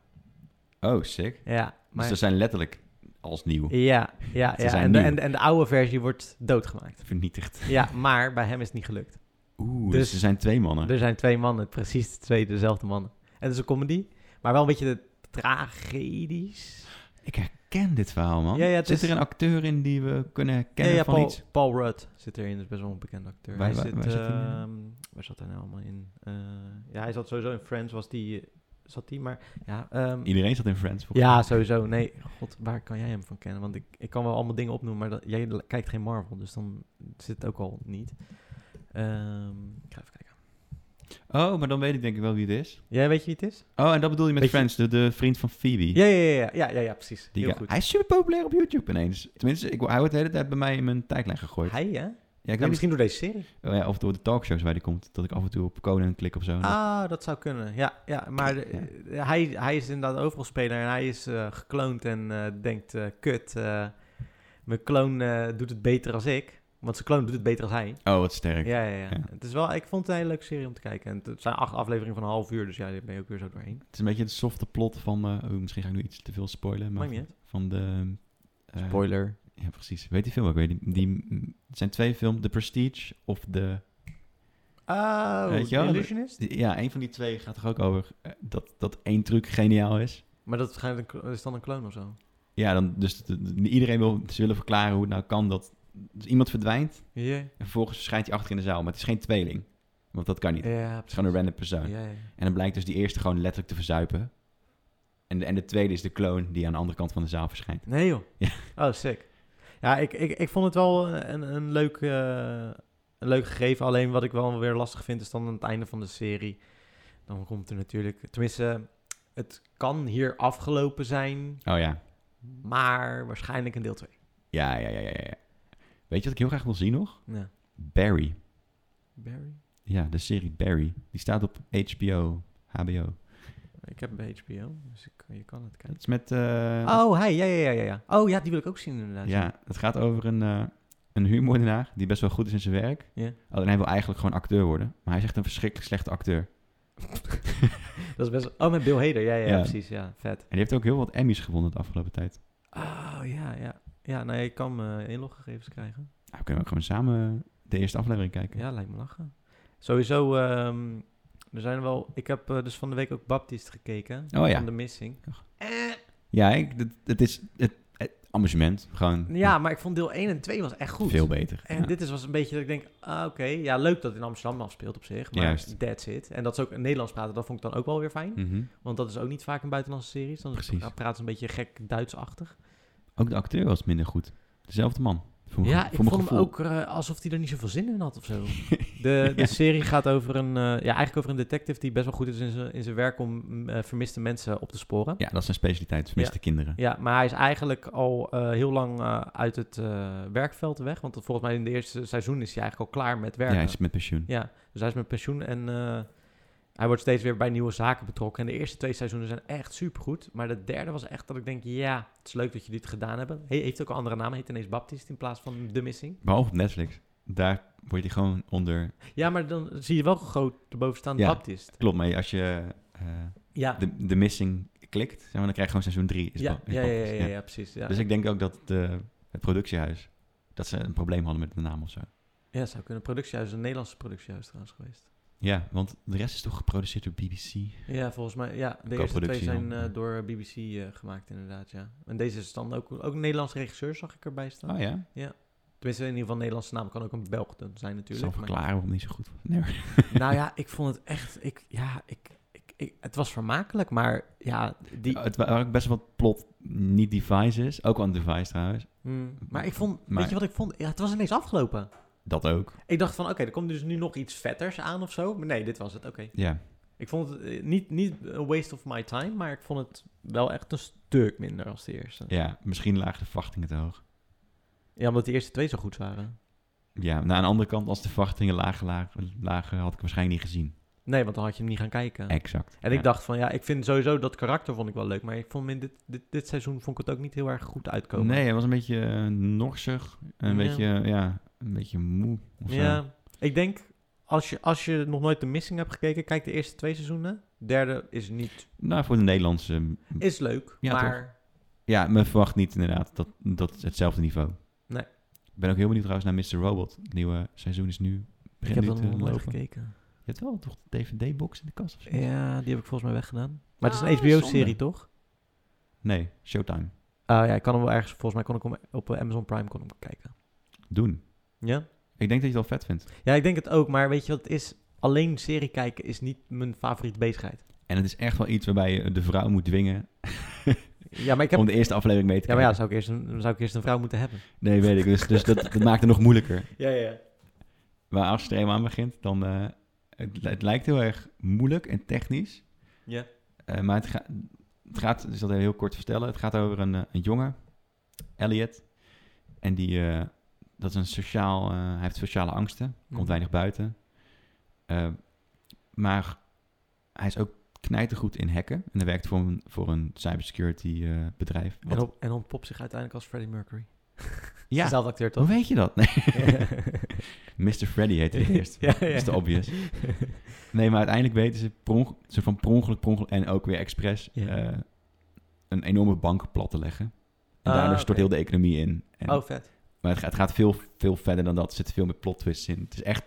Speaker 2: Oh, sick.
Speaker 1: Ja, maar,
Speaker 2: Dus ze zijn letterlijk als nieuw
Speaker 1: ja, ja,
Speaker 2: Ze
Speaker 1: ja.
Speaker 2: zijn
Speaker 1: En, de,
Speaker 2: nieuw.
Speaker 1: en, de- en de oude versie wordt doodgemaakt.
Speaker 2: vernietigd.
Speaker 1: Ja, maar bij hem is het niet gelukt.
Speaker 2: Oeh,
Speaker 1: Dus-
Speaker 2: dus, er zijn twee mannen.
Speaker 1: Er zijn twee mannen, precies de twee dezelfde mannen. En het is een comedy, maar wel een beetje de tragedisch.
Speaker 2: Ik herken dit verhaal, man.
Speaker 1: Ja, ja, het
Speaker 2: Zit
Speaker 1: is-
Speaker 2: er een acteur in die we kunnen herkennen
Speaker 1: ja, ja,
Speaker 2: van
Speaker 1: Paul,
Speaker 2: iets?
Speaker 1: Paul Rudd zit erin, dat is best wel een bekende acteur.
Speaker 2: Waar-
Speaker 1: hij
Speaker 2: waar-
Speaker 1: zit,
Speaker 2: waar zit hij in?
Speaker 1: ehm, waar zat hij nou allemaal in? Eh, ja, hij zat sowieso in Friends, was die, eh, zat die, maar ja... ehm,
Speaker 2: Iedereen zat in Friends, volgens
Speaker 1: ja,
Speaker 2: mij.
Speaker 1: sowieso. Nee, god, waar kan jij hem van kennen? Want ik, ik kan wel allemaal dingen opnoemen, maar dat, jij l- kijkt geen Marvel, dus dan zit het ook al niet. Ehm, ik ga even kijken.
Speaker 2: Oh, maar dan weet ik denk ik wel wie het is.
Speaker 1: Jij weet je wie het is?
Speaker 2: Oh, en dat bedoel je met
Speaker 1: Weet je-
Speaker 2: Friends, de, de vriend van Phoebe.
Speaker 1: Ja, ja, ja, ja, ja, ja, ja precies.
Speaker 2: Die
Speaker 1: Heel
Speaker 2: guy-
Speaker 1: goed.
Speaker 2: Hij is super populair op YouTube ineens. Tenminste, ik, hij wordt de hele tijd bij mij in mijn tijdlijn gegooid.
Speaker 1: Hij, hè?
Speaker 2: ja, ik
Speaker 1: Ja,
Speaker 2: weet
Speaker 1: misschien door deze serie.
Speaker 2: niet- oh ja, of door de talkshows waar hij komt. Dat ik af en toe op Conan klik of zo.
Speaker 1: Ah, dat zou kunnen. Ja, ja maar de- eh, hij, hij is inderdaad overal speler en hij is eh, gekloond en eh, denkt, eh, kut, eh, mijn kloon eh, doet het beter als ik. Want zijn kloon doet het beter als hij.
Speaker 2: Oh, wat sterk.
Speaker 1: Ja, ja, ja.
Speaker 2: Ja.
Speaker 1: Het is wel, ik vond het een hele leuke serie om te kijken. En het zijn acht afleveringen van een half uur, dus ja, daar ben je ook weer zo doorheen.
Speaker 2: Het is een beetje het softe plot van... eh, oh, misschien ga ik nu iets te veel spoilen. Maar
Speaker 1: Maakt niet uit.
Speaker 2: Van de... eh,
Speaker 1: Spoiler.
Speaker 2: Ja, precies. Weet die film ook? Weet die, die, het zijn twee films. The Prestige of The...
Speaker 1: Oh,
Speaker 2: Weet je
Speaker 1: The
Speaker 2: wel,
Speaker 1: Illusionist?
Speaker 2: Ja, een van die twee gaat toch ook over eh, dat, dat één truc geniaal is?
Speaker 1: Maar dat is waarschijnlijk een klo- is dan een kloon of zo.
Speaker 2: Ja, dan, dus de- de- iedereen wil, ze willen verklaren hoe het nou kan dat... Dus iemand verdwijnt en vervolgens verschijnt hij achter in de zaal. Maar het is geen tweeling, want dat kan niet. Het
Speaker 1: Ja,
Speaker 2: is gewoon een random persoon.
Speaker 1: Ja, ja.
Speaker 2: En dan blijkt dus die eerste gewoon letterlijk te verzuipen. En de, en de tweede is de kloon die aan de andere kant van de zaal verschijnt.
Speaker 1: Nee joh.
Speaker 2: Ja.
Speaker 1: Oh, sick. Ja, ik, ik, ik vond het wel een, een, leuk, eh, een leuk gegeven. Alleen wat ik wel weer lastig vind is dan aan het einde van de serie. Dan komt er natuurlijk... Tenminste, het kan hier afgelopen zijn,
Speaker 2: Oh ja.
Speaker 1: maar waarschijnlijk een deel 2.
Speaker 2: Ja, ja, ja, ja, ja. Weet je wat ik heel graag wil zien nog?
Speaker 1: Ja.
Speaker 2: Barry.
Speaker 1: Barry?
Speaker 2: Ja, de serie Barry. Die staat op HBO, HBO.
Speaker 1: Ik heb bij HBO, dus ik, je kan het
Speaker 2: Het
Speaker 1: kijken.
Speaker 2: is met... eh,
Speaker 1: Oh, hij, ja, ja, ja, ja, ja. Oh ja, die wil ik ook zien inderdaad.
Speaker 2: Ja, het gaat over een, eh een huurmoordenaar die best wel goed is in zijn werk.
Speaker 1: Ja.
Speaker 2: Alleen hij wil eigenlijk gewoon acteur worden. Maar hij is echt een verschrikkelijk slechte acteur. En
Speaker 1: Dat is best... Oh, met Bill Hader, ja, ja, ja,
Speaker 2: Ja.
Speaker 1: precies, ja, vet.
Speaker 2: die heeft ook heel wat Emmys gewonnen de afgelopen tijd.
Speaker 1: Oh, ja, ja. Ja, nou, ik kan eh inloggegevens krijgen.
Speaker 2: Nou, kunnen we ook gewoon samen de eerste aflevering kijken.
Speaker 1: Ja, lijkt me lachen. Sowieso, ehm, er zijn wel... Ik heb eh, dus van de week ook Baptist gekeken.
Speaker 2: Oh ja.
Speaker 1: Van The Missing.
Speaker 2: Ja, ik, het, het is het, het amusement. Gewoon
Speaker 1: Ja, maar ik vond deel 1 en 2 was echt goed.
Speaker 2: veel beter.
Speaker 1: En
Speaker 2: Ja.
Speaker 1: dit is was een beetje dat ik denk, ah, oké, ja, leuk dat het in Amsterdam afspeelt op zich. Maar
Speaker 2: Juist.
Speaker 1: that's it. En dat ze ook in Nederlands praten, dat vond ik dan ook wel weer fijn.
Speaker 2: Mhm.
Speaker 1: Want dat is ook niet vaak in buitenlandse series. Dan
Speaker 2: Precies.
Speaker 1: praten ze een beetje gek Duitsachtig.
Speaker 2: Ook de acteur was minder goed. Dezelfde man. Voor mijn-
Speaker 1: Ja, ik
Speaker 2: voor mijn
Speaker 1: vond hem
Speaker 2: gevoel.
Speaker 1: ook eh, alsof hij er niet zoveel zin in had of zo. De, de serie gaat over een, eh, ja, eigenlijk over een detective die best wel goed is in zijn- in zijn werk om mm, eh, vermiste mensen op te sporen.
Speaker 2: Ja, dat is zijn specialiteit. Vermiste kinderen.
Speaker 1: Ja, maar hij is eigenlijk al eh, heel lang eh, uit het eh, werkveld weg. Want volgens mij in de eerste seizoen is hij eigenlijk al klaar met
Speaker 2: Ja,
Speaker 1: werken.
Speaker 2: hij is met pensioen.
Speaker 1: Ja, dus hij is met pensioen en eh, hij wordt steeds weer bij nieuwe zaken betrokken. En de eerste twee seizoenen zijn echt supergoed. Maar de derde was echt dat ik denk, ja, het is leuk dat jullie dit gedaan hebben. Hij heeft ook een andere naam, heet ineens Baptist in plaats van De Missing.
Speaker 2: Behalve op Netflix. Daar word je gewoon onder...
Speaker 1: Ja, maar dan zie je wel groot erboven staan
Speaker 2: Ja.
Speaker 1: Baptist.
Speaker 2: Klopt, maar als je... eh,
Speaker 1: Ja,
Speaker 2: de, de missing klikt, zeg maar, dan krijg je gewoon seizoen 3.
Speaker 1: ja, ja, ja, ja, ja, precies. Ja.
Speaker 2: Dus ik denk ook dat de, het productiehuis, dat ze een probleem hadden met de naam of zo.
Speaker 1: ja, zou kunnen. Productiehuis, een Nederlandse productiehuis trouwens geweest.
Speaker 2: Ja, want de rest is toch geproduceerd door BBC?
Speaker 1: Ja, volgens mij. Ja, de
Speaker 2: Qua
Speaker 1: eerste twee
Speaker 2: productie
Speaker 1: zijn
Speaker 2: dan,
Speaker 1: eh,
Speaker 2: ja.
Speaker 1: door BBC eh, gemaakt inderdaad, ja. En deze is dan ook, ook een Nederlandse regisseur, zag ik erbij staan.
Speaker 2: Oh ja,
Speaker 1: Tenminste, in ieder geval een Nederlandse naam. Kan ook een Belg dan zijn
Speaker 2: dat zal
Speaker 1: natuurlijk. maar-
Speaker 2: verklaren waarom het niet zo goed was. Nee, hoor.
Speaker 1: nou ja, ik vond het echt... Ik, ja, ik, ik, ik- het was vermakelijk, maar ja... Die,
Speaker 2: Het was ook best wel wat plot, niet device is. Ook wel een device trouwens.
Speaker 1: Mm, maar ik vond...
Speaker 2: Maar-
Speaker 1: weet je wat ik vond? Ja, het was ineens afgelopen.
Speaker 2: Dat ook,
Speaker 1: Ik dacht van, oké, er komt dus nu nog iets vetters aan of zo. Maar nee, dit was het. Oké.
Speaker 2: ja.
Speaker 1: Ik vond het eh, niet, niet een waste of my time, maar ik vond het wel echt een stuk minder als de eerste.
Speaker 2: ja. Misschien lagen de verwachtingen te hoog.
Speaker 1: ja omdat de eerste twee zo goed waren.
Speaker 2: nou, Ja, maar aan de andere kant, als de verwachtingen lager lagen, lagen, had ik het waarschijnlijk niet gezien.
Speaker 1: Nee, want dan had je hem niet gaan kijken.
Speaker 2: Exact.
Speaker 1: En
Speaker 2: ja.
Speaker 1: ik dacht van, ja, ik vind sowieso dat karakter vond ik wel leuk. Maar ik vond hem in dit, dit, dit seizoen vond ik het ook niet heel erg goed uitkomen.
Speaker 2: Nee, hij was een beetje eh, norsig. Een
Speaker 1: Ja.
Speaker 2: beetje, eh, ja, een beetje moe. Of zo.
Speaker 1: Ja, ik denk, als je, als je nog nooit de Missing hebt gekeken, kijk de eerste twee seizoenen. Derde is niet...
Speaker 2: Nou, voor de Nederlandse... m-
Speaker 1: Is leuk,
Speaker 2: Ja,
Speaker 1: maar...
Speaker 2: Ja, men verwacht niet inderdaad dat, dat is hetzelfde niveau.
Speaker 1: Nee.
Speaker 2: Ik ben ook heel benieuwd trouwens naar Mr. Robot. Het nieuwe seizoen is nu...
Speaker 1: Ik
Speaker 2: begint
Speaker 1: heb
Speaker 2: nu
Speaker 1: dat
Speaker 2: te
Speaker 1: nog nooit
Speaker 2: lopen.
Speaker 1: gekeken.
Speaker 2: Je hebt wel toch de DVD-box in de kast of zo?
Speaker 1: Ja, die heb ik volgens mij weggedaan. Maar het is
Speaker 2: Ah,
Speaker 1: een HBO-serie,
Speaker 2: zonde.
Speaker 1: toch?
Speaker 2: Nee, Showtime.
Speaker 1: Ah ja, ik kan hem wel ergens... Volgens mij kon ik hem op eh, Amazon Prime kon ik hem kijken.
Speaker 2: Doen.
Speaker 1: Ja?
Speaker 2: Ik denk dat je het wel vet vindt.
Speaker 1: Ja, ik denk het ook. Maar weet je wat het is? Alleen serie kijken is niet mijn favoriete bezigheid.
Speaker 2: En het is echt wel iets waarbij je de vrouw moet dwingen
Speaker 1: Ja, maar ik heb...
Speaker 2: om de eerste aflevering mee te
Speaker 1: Ja, maar ja, zou
Speaker 2: kijken.
Speaker 1: ik eerst een, zou ik eerst een vrouw moeten hebben.
Speaker 2: Nee, weet ik. Dus, dus dat, dat maakt het nog moeilijker.
Speaker 1: Ja, ja.
Speaker 2: Waar als je er eenmaal aan begint, dan... eh, het, het lijkt heel erg moeilijk en technisch.
Speaker 1: Ja.
Speaker 2: Eh, maar het, ga- het gaat, dus dat heel kort vertellen. Het gaat over een, eh, een jongen, Elliot. En die, eh, dat is een sociaal, eh, hij heeft sociale angsten. Komt
Speaker 1: Mhm.
Speaker 2: weinig buiten. Eh, maar hij is ook knijtergoed in hacken. En hij werkt voor een, voor een cybersecurity eh, bedrijf.
Speaker 1: En,
Speaker 2: Wat-
Speaker 1: op, en ontpopt zich uiteindelijk als Freddie Mercury.
Speaker 2: ja,
Speaker 1: Dezelfde acteur,
Speaker 2: hoe
Speaker 1: toch?
Speaker 2: weet je dat? Nee, Mr. Freddy heette hij eerst.
Speaker 1: Ja, ja.
Speaker 2: Dat is te obvious. Nee, maar uiteindelijk weten ze, per onge- soort van per ongeluk, per ongeluk en ook weer expres
Speaker 1: Ja.
Speaker 2: eh, een enorme bank plat te leggen. En
Speaker 1: Ah,
Speaker 2: daardoor
Speaker 1: oké.
Speaker 2: stort heel de economie in. En,
Speaker 1: oh, vet.
Speaker 2: Maar het gaat, het gaat veel, veel verder dan dat. Er zitten veel meer plot twists in. Het is echt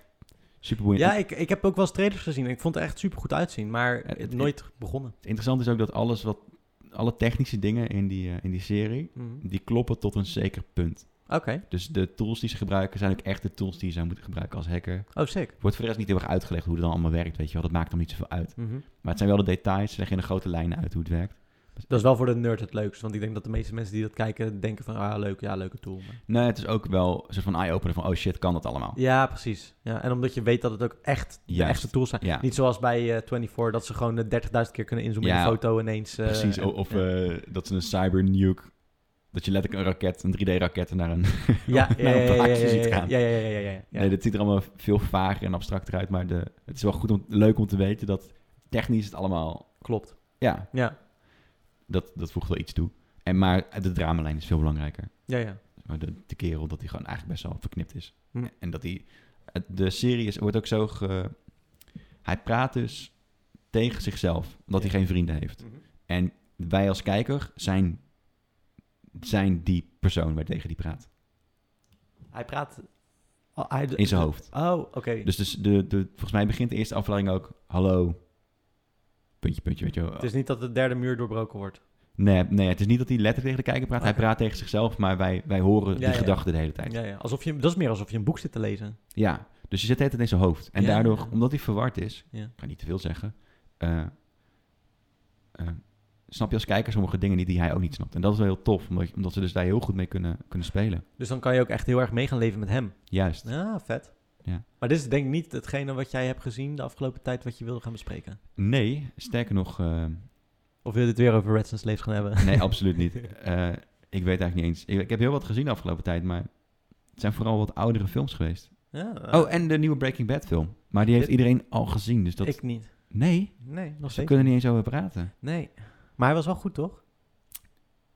Speaker 2: super boeiend.
Speaker 1: Ja, ik, ik heb ook wel eens trailers gezien. en Ik vond het echt super goed uitzien, maar
Speaker 2: het-
Speaker 1: het nooit begonnen.
Speaker 2: Het interessante is ook dat alles wat, alle technische dingen in die, eh, in die serie,
Speaker 1: Mhm.
Speaker 2: die kloppen tot een zeker punt.
Speaker 1: Oké.
Speaker 2: Dus de tools die ze gebruiken zijn ook echt de tools die je zou moeten gebruiken als hacker.
Speaker 1: Oh, sick.
Speaker 2: Wordt voor de rest niet heel erg uitgelegd hoe dat dan allemaal werkt, weet je wel. Dat maakt dan niet zoveel uit.
Speaker 1: Mhm.
Speaker 2: Maar het zijn wel de details, ze leggen in de grote lijnen uit hoe het werkt.
Speaker 1: Dat is wel voor de nerd het leukst, want ik denk dat de meeste mensen die dat kijken denken van, ah, leuk, ja, leuke tool. maar-
Speaker 2: Nee, het is ook wel een soort van eye-opener van, oh shit, kan dat allemaal?
Speaker 1: Ja, precies. Ja, en omdat je weet dat het ook echt de
Speaker 2: Juist.
Speaker 1: echte tools zijn.
Speaker 2: Ja.
Speaker 1: Niet zoals bij eh, 24, dat ze gewoon eh, 30.000 keer kunnen inzoomen in
Speaker 2: Ja,
Speaker 1: een foto ineens. eh,
Speaker 2: Precies,
Speaker 1: en-
Speaker 2: o- of
Speaker 1: ja.
Speaker 2: eh, dat ze een cybernuke, dat je letterlijk een raket, een 3D-raket naar een...
Speaker 1: ja,
Speaker 2: naar
Speaker 1: ja,
Speaker 2: een
Speaker 1: ja, ja,
Speaker 2: plaatje
Speaker 1: ja,
Speaker 2: ziet
Speaker 1: ja,
Speaker 2: gaan.
Speaker 1: Ja, ja, ja, ja, ja, ja.
Speaker 2: Nee, dat ziet er allemaal veel vager en abstracter uit, maar de, het is wel goed om, leuk om te weten dat technisch het allemaal...
Speaker 1: Klopt.
Speaker 2: Ja,
Speaker 1: Ja,
Speaker 2: dat, dat voegt wel iets toe. En, maar de dramalijn is veel belangrijker.
Speaker 1: ja, ja.
Speaker 2: Maar de, de kerel, dat hij gewoon eigenlijk best wel verknipt is.
Speaker 1: Hm.
Speaker 2: En dat hij... het- De serie is, wordt ook zo ge... Hij praat dus tegen zichzelf, omdat
Speaker 1: Ja.
Speaker 2: hij geen vrienden heeft.
Speaker 1: Mhm.
Speaker 2: En wij als kijker zijn, zijn die persoon waar tegen die praat.
Speaker 1: Hij praat... Oh, hij-
Speaker 2: In zijn hoofd.
Speaker 1: Oh, oké.
Speaker 2: Dus, dus de, de, volgens mij begint de eerste aflevering ook... Hallo, puntje, puntje, weet je wel.
Speaker 1: Het is niet dat de derde muur doorbroken wordt.
Speaker 2: Nee, nee, het is niet dat hij letterlijk tegen de kijker praat.
Speaker 1: Oké.
Speaker 2: Hij praat tegen zichzelf, maar wij, wij horen
Speaker 1: Ja,
Speaker 2: die
Speaker 1: ja.
Speaker 2: gedachten de hele tijd. Ja.
Speaker 1: Ja, ja. Alsof je, dat is meer alsof je een boek zit te lezen.
Speaker 2: dus je zit de hele tijd in zijn hoofd. En
Speaker 1: Ja.
Speaker 2: daardoor, omdat hij verward is...
Speaker 1: Ja.
Speaker 2: Ik kan niet te veel zeggen. eh, eh, snap je als kijker sommige dingen niet die hij ook niet snapt. En dat is wel heel tof, omdat, omdat ze dus daar heel goed mee kunnen, kunnen spelen.
Speaker 1: Dus dan kan je ook echt heel erg mee gaan leven met hem.
Speaker 2: Juist.
Speaker 1: Ja, vet.
Speaker 2: Ja.
Speaker 1: Maar dit is denk ik niet hetgene wat jij hebt gezien de afgelopen tijd wat je wilde gaan bespreken.
Speaker 2: Nee, sterker nog... eh,
Speaker 1: Of wil je het weer over Reds and Slaves gaan hebben?
Speaker 2: Nee, absoluut niet. Eh, ik weet eigenlijk niet eens. Ik, ik heb heel wat gezien de afgelopen tijd, maar het zijn vooral wat oudere films geweest.
Speaker 1: Ja, eh,
Speaker 2: oh, en de nieuwe Breaking Bad film. Maar die heeft
Speaker 1: Ah. Dit-
Speaker 2: iedereen al gezien, dus dat...
Speaker 1: Ik niet.
Speaker 2: Nee,
Speaker 1: Nee, nog
Speaker 2: ze
Speaker 1: steeds.
Speaker 2: kunnen niet eens over praten.
Speaker 1: Nee. Maar hij was wel goed, toch?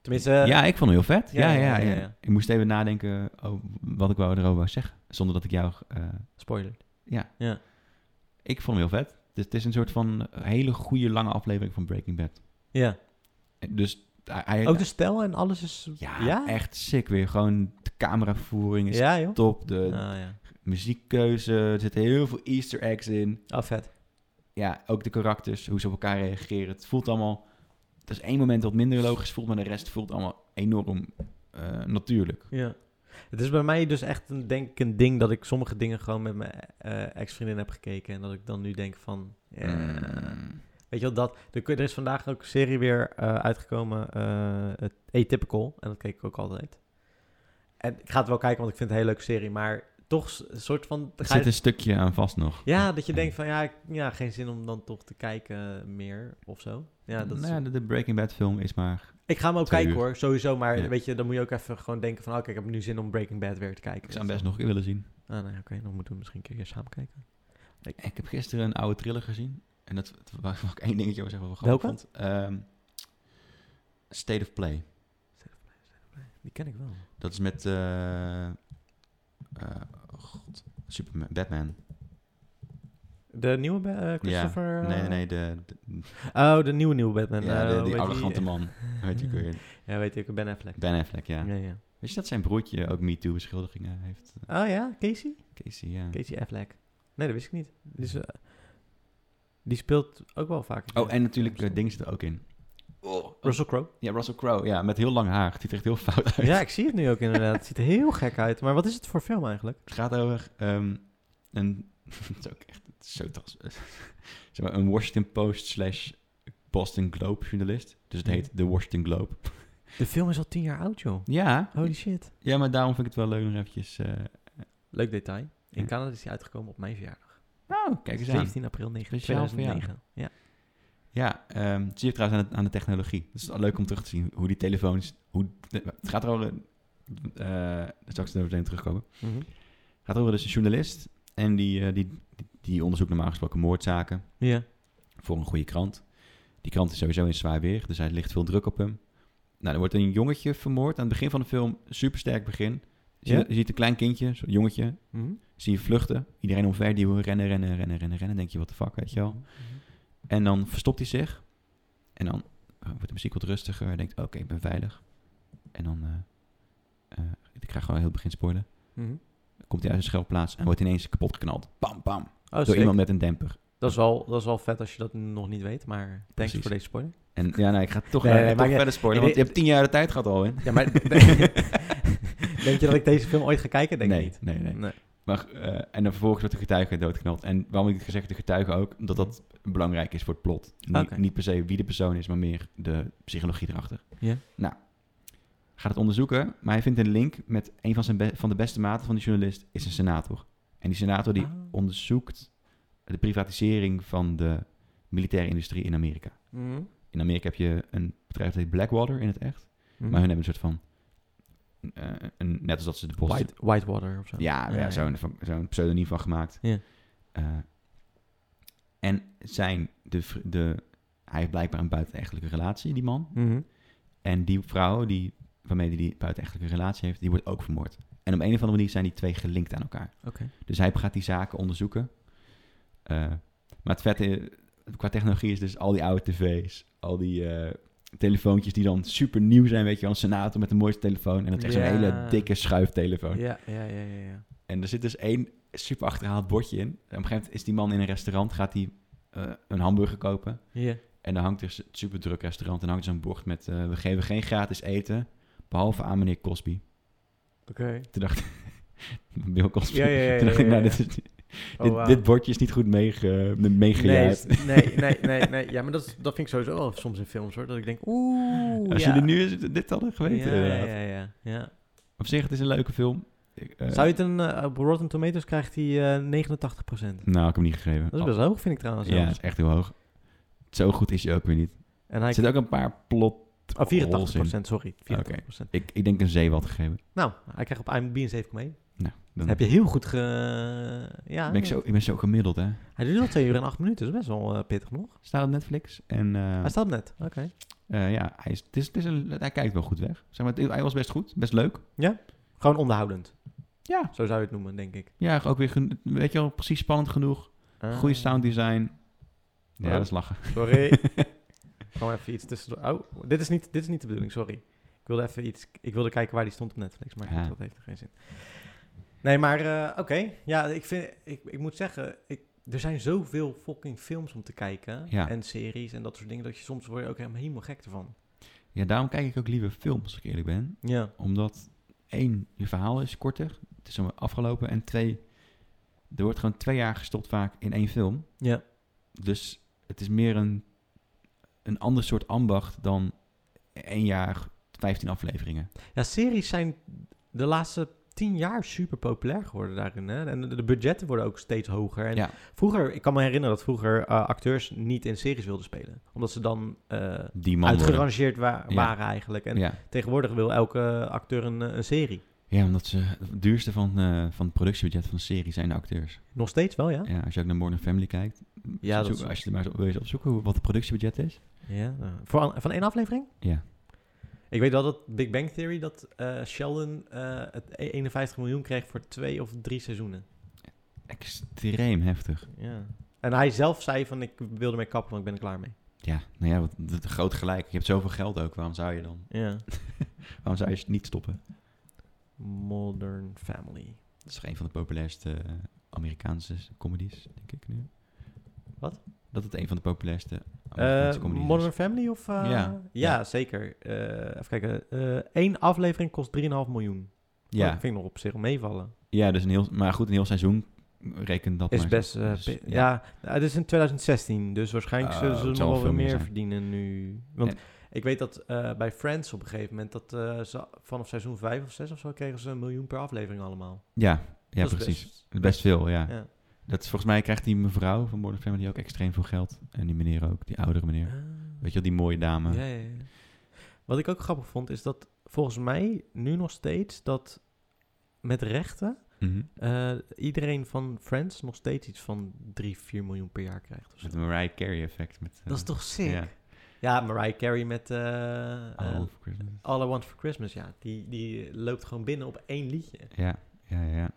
Speaker 1: Tenminste... eh,
Speaker 2: ja, ik vond hem heel vet.
Speaker 1: ja,
Speaker 2: Ja ja
Speaker 1: ja,
Speaker 2: ja,
Speaker 1: ja, ja.
Speaker 2: Ik moest even nadenken over wat ik wou erover wou zeggen, zonder dat ik jou... eh,
Speaker 1: Spoiler.
Speaker 2: ik vond hem heel vet. Dus het is een soort van hele goede lange aflevering van Breaking Bad.
Speaker 1: Ja.
Speaker 2: Dus hij... hij-
Speaker 1: Ook de stijl en alles is...
Speaker 2: ja,
Speaker 1: Oh, ja?
Speaker 2: echt sick weer. Gewoon de cameravoering is
Speaker 1: Ja, joh.
Speaker 2: top. De
Speaker 1: Ah, ja.
Speaker 2: muziekkeuze, er zitten heel veel easter eggs in.
Speaker 1: Ah, vet.
Speaker 2: ja, ook de karakters, hoe ze op elkaar reageren. Het voelt allemaal... Het is één moment wat minder logisch voelt, maar de rest voelt allemaal enorm eh, natuurlijk.
Speaker 1: Ja. Het is bij mij dus echt een, denk ik een ding dat ik sommige dingen gewoon met mijn eh, ex-vriendin heb gekeken. En dat ik dan nu denk van... eh,
Speaker 2: Mm.
Speaker 1: Weet je wel, dat, er, kun- er is vandaag ook een serie weer eh, uitgekomen, eh, het Atypical. En dat keek ik ook altijd. En ik ga het wel kijken, want ik vind het een hele leuke serie. Maar toch s- een soort van...
Speaker 2: Er
Speaker 1: ga je-
Speaker 2: zit een stukje aan vast nog.
Speaker 1: ja, dat je denkt van ja, ik- ja, geen zin om dan toch te kijken meer of zo. Ja, dat is-
Speaker 2: Nou ja, de, de Breaking Bad film is maar...
Speaker 1: ik ga hem ook
Speaker 2: twee
Speaker 1: kijken
Speaker 2: uur.
Speaker 1: hoor, sowieso. Maar
Speaker 2: Ja.
Speaker 1: weet je, dan moet je ook even gewoon denken van... Oké, ik heb nu zin om Breaking Bad weer te kijken.
Speaker 2: Ik zou hem best nog een keer willen zien.
Speaker 1: Ah, nee, oké, dan moeten we misschien een keer samen kijken. Ik-
Speaker 2: Ik heb gisteren een oude thriller gezien. En dat, dat wou wou ik één dingetje over zeggen wat ik
Speaker 1: Welke?
Speaker 2: grappig vond. Ehm, State of Play.
Speaker 1: Die ken ik wel.
Speaker 2: Dat is met... eh, eh, oh God, Superman, Batman.
Speaker 1: De nieuwe Ba- eh, Christopher... eh,
Speaker 2: Nee, nee, nee, de, de-
Speaker 1: Oh, de nieuwe nieuwe Batman.
Speaker 2: Nou, ja,
Speaker 1: eh,
Speaker 2: de-
Speaker 1: hoe
Speaker 2: die
Speaker 1: heet
Speaker 2: arrogante man. Weet je ook weer.
Speaker 1: Ja, weet ik, Ben Affleck.
Speaker 2: Ben Affleck, ja.
Speaker 1: Ja, ja.
Speaker 2: Weet je dat zijn broertje ook MeToo-beschuldigingen heeft?
Speaker 1: Oh ja, Casey?
Speaker 2: Casey, ja.
Speaker 1: Casey Affleck. Nee, dat wist ik niet. Dus, eh, die speelt ook wel vaker.
Speaker 2: Oh, en natuurlijk eh, Ding zit er ook in. Oh,
Speaker 1: Russell Crowe.
Speaker 2: Ja, Russell Crowe, ja, met heel lang haar. Het ziet er echt heel fout uit.
Speaker 1: Ja, ik zie het nu ook inderdaad. Het ziet er heel gek uit. Maar wat is het voor film eigenlijk?
Speaker 2: Het gaat over ehm, een... het is ook echt het is zo tas. zeg maar, een Washington Post slash Boston Globe journalist. Dus het heet The Washington Globe.
Speaker 1: De film is al tien jaar oud, joh.
Speaker 2: Ja,
Speaker 1: Holy shit.
Speaker 2: ja maar daarom vind ik het wel leuk nog eventjes... eh,
Speaker 1: Leuk detail. In
Speaker 2: Ja.
Speaker 1: Canada is die uitgekomen op mijn verjaardag.
Speaker 2: nou, kijk eens aan.
Speaker 1: 17 april
Speaker 2: Speciaal voor jou.
Speaker 1: 2009. Ja.
Speaker 2: Ja, ehm het zie je trouwens aan de, aan de technologie. Het is wel leuk om terug te zien hoe die telefoons... Hoe, het gaat erover... eh daar zal ik zo meteen terugkomen.
Speaker 1: Mhm.
Speaker 2: Het gaat over dus een journalist. En die, eh, die, die, die onderzoekt normaal gesproken moordzaken.
Speaker 1: ja.
Speaker 2: voor een goede krant. Die krant is sowieso in zwaar weer, dus hij ligt veel druk op hem. Nou, er wordt een jongetje vermoord aan het begin van de film. Supersterk begin. Je,
Speaker 1: Ja?
Speaker 2: ziet- je ziet een klein kindje, zo'n jongetje,
Speaker 1: Mhm.
Speaker 2: zie je vluchten. Iedereen omver, die wil rennen, rennen, rennen, rennen, rennen. Denk je, wat de fuck, weet je wel.
Speaker 1: Mhm.
Speaker 2: En dan verstopt hij zich. En dan eh, wordt de muziek wat rustiger. Hij denkt, oké, ik ben veilig. En dan, eh, eh, ik ga gewoon heel het begin spoilen.
Speaker 1: Mhm.
Speaker 2: Dan komt hij uit zijn schuilplaats en wordt ineens kapot geknald. Bam, bam.
Speaker 1: Oh,
Speaker 2: door
Speaker 1: sick.
Speaker 2: iemand met een demper.
Speaker 1: dat, is wel, dat is wel vet als je dat nog niet weet, maar thanks
Speaker 2: Precies.
Speaker 1: voor deze spoiler.
Speaker 2: En ja, nou, ik ga toch,
Speaker 1: Nee,
Speaker 2: eh,
Speaker 1: nee,
Speaker 2: toch
Speaker 1: maakt niet-
Speaker 2: verder spoilen,
Speaker 1: Ik
Speaker 2: want je hebt tien jaar de tijd gehad al, hè?
Speaker 1: Ja, maar denk je dat ik deze film ooit ga kijken? Denk ik
Speaker 2: Nee,
Speaker 1: niet.
Speaker 2: nee, nee. Maar, eh, en dan vervolgens wordt de getuige doodgeknald. En waarom ik het gezegd de getuige ook, omdat dat belangrijk is voor het plot. Niet,
Speaker 1: Oké.
Speaker 2: niet per se wie de persoon is, maar meer de psychologie erachter.
Speaker 1: Ja.
Speaker 2: Nou, gaat het onderzoeken, maar hij vindt een link met een van, zijn be- van de beste maten van die journalist, is een senator. En die senator die
Speaker 1: Ah.
Speaker 2: onderzoekt de privatisering van de militaire industrie in Amerika.
Speaker 1: Mhm.
Speaker 2: In Amerika heb je een bedrijf dat heet Blackwater in het echt.
Speaker 1: Mhm.
Speaker 2: Maar hun hebben een soort van, eh, een, net als dat ze de Boston
Speaker 1: White, Whitewater of zo.
Speaker 2: ja, ja,
Speaker 1: Ja, ja.
Speaker 2: zo'n van- zo'n pseudoniem van gemaakt.
Speaker 1: Ja.
Speaker 2: Eh, en zijn de, vr- de, hij heeft blijkbaar een buitenechtelijke relatie, die man.
Speaker 1: Mhm.
Speaker 2: En die vrouw die, waarmee hij die, buitenechtelijke relatie heeft, die wordt ook vermoord. En op een of andere manier zijn die twee gelinkt aan elkaar.
Speaker 1: Oké.
Speaker 2: Dus hij gaat die zaken onderzoeken. Eh, maar het vette eh, qua technologie is dus al die oude tv's, al die eh, telefoontjes die dan super nieuw zijn, weet je wel. Een senator met de mooiste telefoon en dat is echt
Speaker 1: Ja.
Speaker 2: zo'n hele dikke schuiftelefoon.
Speaker 1: Ja, ja, ja, ja, ja.
Speaker 2: En er zit dus één super achterhaald bordje in. En op een gegeven moment is die man in een restaurant, gaat hij eh, een hamburger kopen.
Speaker 1: Ja.
Speaker 2: En dan hangt er een super druk restaurant en hangt er zo'n bord met eh, we geven geen gratis eten, behalve aan meneer Cosby.
Speaker 1: Oké.
Speaker 2: Toen dacht ik, Bill Cosby.
Speaker 1: Ja, ja, ja,
Speaker 2: Toen dacht ik,
Speaker 1: ja,
Speaker 2: nou,
Speaker 1: ja.
Speaker 2: dit, is- dit,
Speaker 1: Oh, wauw.
Speaker 2: dit bordje is niet goed meege- eh,
Speaker 1: nee,
Speaker 2: meegejaagd.
Speaker 1: is- nee, nee, nee, nee. Ja, maar dat, is- dat vind ik sowieso wel soms in films hoor. Dat ik denk, oeh.
Speaker 2: Als
Speaker 1: ja.
Speaker 2: jullie Nou, nu eens dit hadden geweten.
Speaker 1: ja, ja,
Speaker 2: inderdaad.
Speaker 1: ja, ja, ja.
Speaker 2: Op zich, het is een leuke film. Ik, eh,
Speaker 1: Zou je het een, eh, op Rotten Tomatoes krijgt hij eh 89%. Dat
Speaker 2: Nou, ik heb hem niet gegeven.
Speaker 1: is best hoog, vind ik trouwens.
Speaker 2: ja,
Speaker 1: zelfs.
Speaker 2: het is echt heel hoog. Zo goed is hij ook weer niet.
Speaker 1: En
Speaker 2: Er
Speaker 1: hij...
Speaker 2: zitten ook een paar plot
Speaker 1: Oh, 84%,
Speaker 2: holes in.
Speaker 1: sorry. 84%.
Speaker 2: Ik, ik denk een zeewat gegeven.
Speaker 1: Nou, hij krijgt op IMDb een 7,1.
Speaker 2: Nou, dan
Speaker 1: Heb je heel goed ge... Ja,
Speaker 2: ben ik, zo, ik ben zo gemiddeld, hè.
Speaker 1: hij duurt al 2 uur en 8 minuten. Dat is best wel eh, pittig nog.
Speaker 2: Staat op Netflix. En eh,
Speaker 1: Hij staat net. Oké.
Speaker 2: eh, ja, hij, is, het is, het is een, hij kijkt wel goed weg. Zeg maar, het- hij was best goed, best leuk.
Speaker 1: Gewoon onderhoudend.
Speaker 2: Ja.
Speaker 1: Zo zou je het noemen, denk ik.
Speaker 2: Ja, ook weer, gen- weet je wel, precies spannend genoeg.
Speaker 1: Ah.
Speaker 2: Goede sound design. Ja,
Speaker 1: Oh.
Speaker 2: dat is lachen.
Speaker 1: Sorry. Gewoon even iets tussendoor. Oh, dit is, niet, dit is niet de bedoeling, sorry. Ik wilde even iets... Ik wilde kijken waar die stond op Netflix, maar
Speaker 2: Ja.
Speaker 1: goed, dat heeft geen zin. Nee, maar eh, oké. Ja, ik, vind, ik, ik moet zeggen... Ik, er zijn zoveel fucking films om te kijken.
Speaker 2: Ja.
Speaker 1: En series en dat soort dingen. Dat je soms word je ook helemaal, helemaal gek ervan.
Speaker 2: Ja, daarom kijk ik ook liever films, als ik eerlijk ben.
Speaker 1: Ja.
Speaker 2: Omdat, één, je verhaal is korter. Het is zomaar afgelopen. En twee, er wordt gewoon twee jaar gestopt vaak in één film.
Speaker 1: Ja.
Speaker 2: Dus het is meer een, een ander soort ambacht dan één jaar 15 afleveringen.
Speaker 1: Ja, series zijn de laatste tien jaar super populair geworden daarin. Hè? En de, de budgetten worden ook steeds hoger. En
Speaker 2: Ja.
Speaker 1: Vroeger, ik kan me herinneren dat vroeger eh, acteurs niet in series wilden spelen. Omdat ze dan eh
Speaker 2: Die man worden.
Speaker 1: uitgerangeerd wa-
Speaker 2: Ja.
Speaker 1: waren eigenlijk. En
Speaker 2: Ja.
Speaker 1: tegenwoordig wil elke acteur een, eh, een serie.
Speaker 2: Ja, omdat ze het duurste van, eh, van het productiebudget van de serie zijn de acteurs.
Speaker 1: Nog steeds wel, ja?
Speaker 2: Ja, als je ook naar Modern Family kijkt,
Speaker 1: Ja,
Speaker 2: zoek-
Speaker 1: dat is-
Speaker 2: als je er maar eens op- wil je eens opzoeken hoe- wat het productiebudget is.
Speaker 1: Ja. eh, Voor, van één aflevering?
Speaker 2: Ja,
Speaker 1: Ik weet wel dat Big Bang Theory, dat eh, Sheldon eh, het 51 miljoen kreeg voor twee of drie seizoenen.
Speaker 2: extreem heftig.
Speaker 1: Ja. En hij zelf zei van, ik wilde mee kappen, want ik ben er klaar mee.
Speaker 2: Ja, nou ja, wat, dat- groot gelijk. Je hebt zoveel geld ook, waarom zou je dan?
Speaker 1: Ja.
Speaker 2: Waarom zou je het niet stoppen?
Speaker 1: Modern Family.
Speaker 2: Dat is toch een van de populairste eh, Amerikaanse comedies, denk ik nu.
Speaker 1: Wat?
Speaker 2: Dat het een van de populairste Amerikaanse
Speaker 1: Eh
Speaker 2: comedies
Speaker 1: Modern
Speaker 2: is.
Speaker 1: Family of... eh,
Speaker 2: dus. Ja.
Speaker 1: ja,
Speaker 2: Ja.
Speaker 1: zeker. Eh, even kijken. Eén aflevering kost 3,5 miljoen. Oh,
Speaker 2: Ja,
Speaker 1: Dat vind ik nog op zich meevallen.
Speaker 2: ja dus een heel, maar goed, een heel seizoen reken dat
Speaker 1: Is
Speaker 2: maar
Speaker 1: best...
Speaker 2: zo.
Speaker 1: eh,
Speaker 2: Dus,
Speaker 1: pi- ja, nou, het is in 2016, dus waarschijnlijk
Speaker 2: Oh,
Speaker 1: zullen ze
Speaker 2: het
Speaker 1: nog
Speaker 2: zal
Speaker 1: wel
Speaker 2: veel
Speaker 1: weer
Speaker 2: meer
Speaker 1: meer
Speaker 2: zijn.
Speaker 1: verdienen nu. Want
Speaker 2: En-
Speaker 1: ik weet dat eh, bij Friends op een gegeven moment, dat eh, ze vanaf seizoen 5 of 6 of zo kregen ze een miljoen per aflevering allemaal.
Speaker 2: Ja, ja
Speaker 1: Dat is
Speaker 2: precies.
Speaker 1: best.
Speaker 2: Best, veel, ja.
Speaker 1: Ja.
Speaker 2: Dat is, volgens mij krijgt die mevrouw van Modern Family ook extreem veel geld. En die meneer ook, die oudere meneer.
Speaker 1: Ah.
Speaker 2: Weet je wel, die mooie dame.
Speaker 1: Ja, ja, ja. Wat ik ook grappig vond, is dat volgens mij nu nog steeds dat met rechten
Speaker 2: Mhm.
Speaker 1: eh, iedereen van Friends nog steeds iets van 3, 4 miljoen per jaar krijgt. Of zo.
Speaker 2: Het Mariah Carey effect. Met, eh,
Speaker 1: Dat is toch sick?
Speaker 2: ja.
Speaker 1: Ja, Mariah Carey met eh, eh,
Speaker 2: All Over Christmas.
Speaker 1: All I Want For Christmas, ja. Die, die loopt gewoon binnen op één liedje.
Speaker 2: Ja, ja, ja, ja.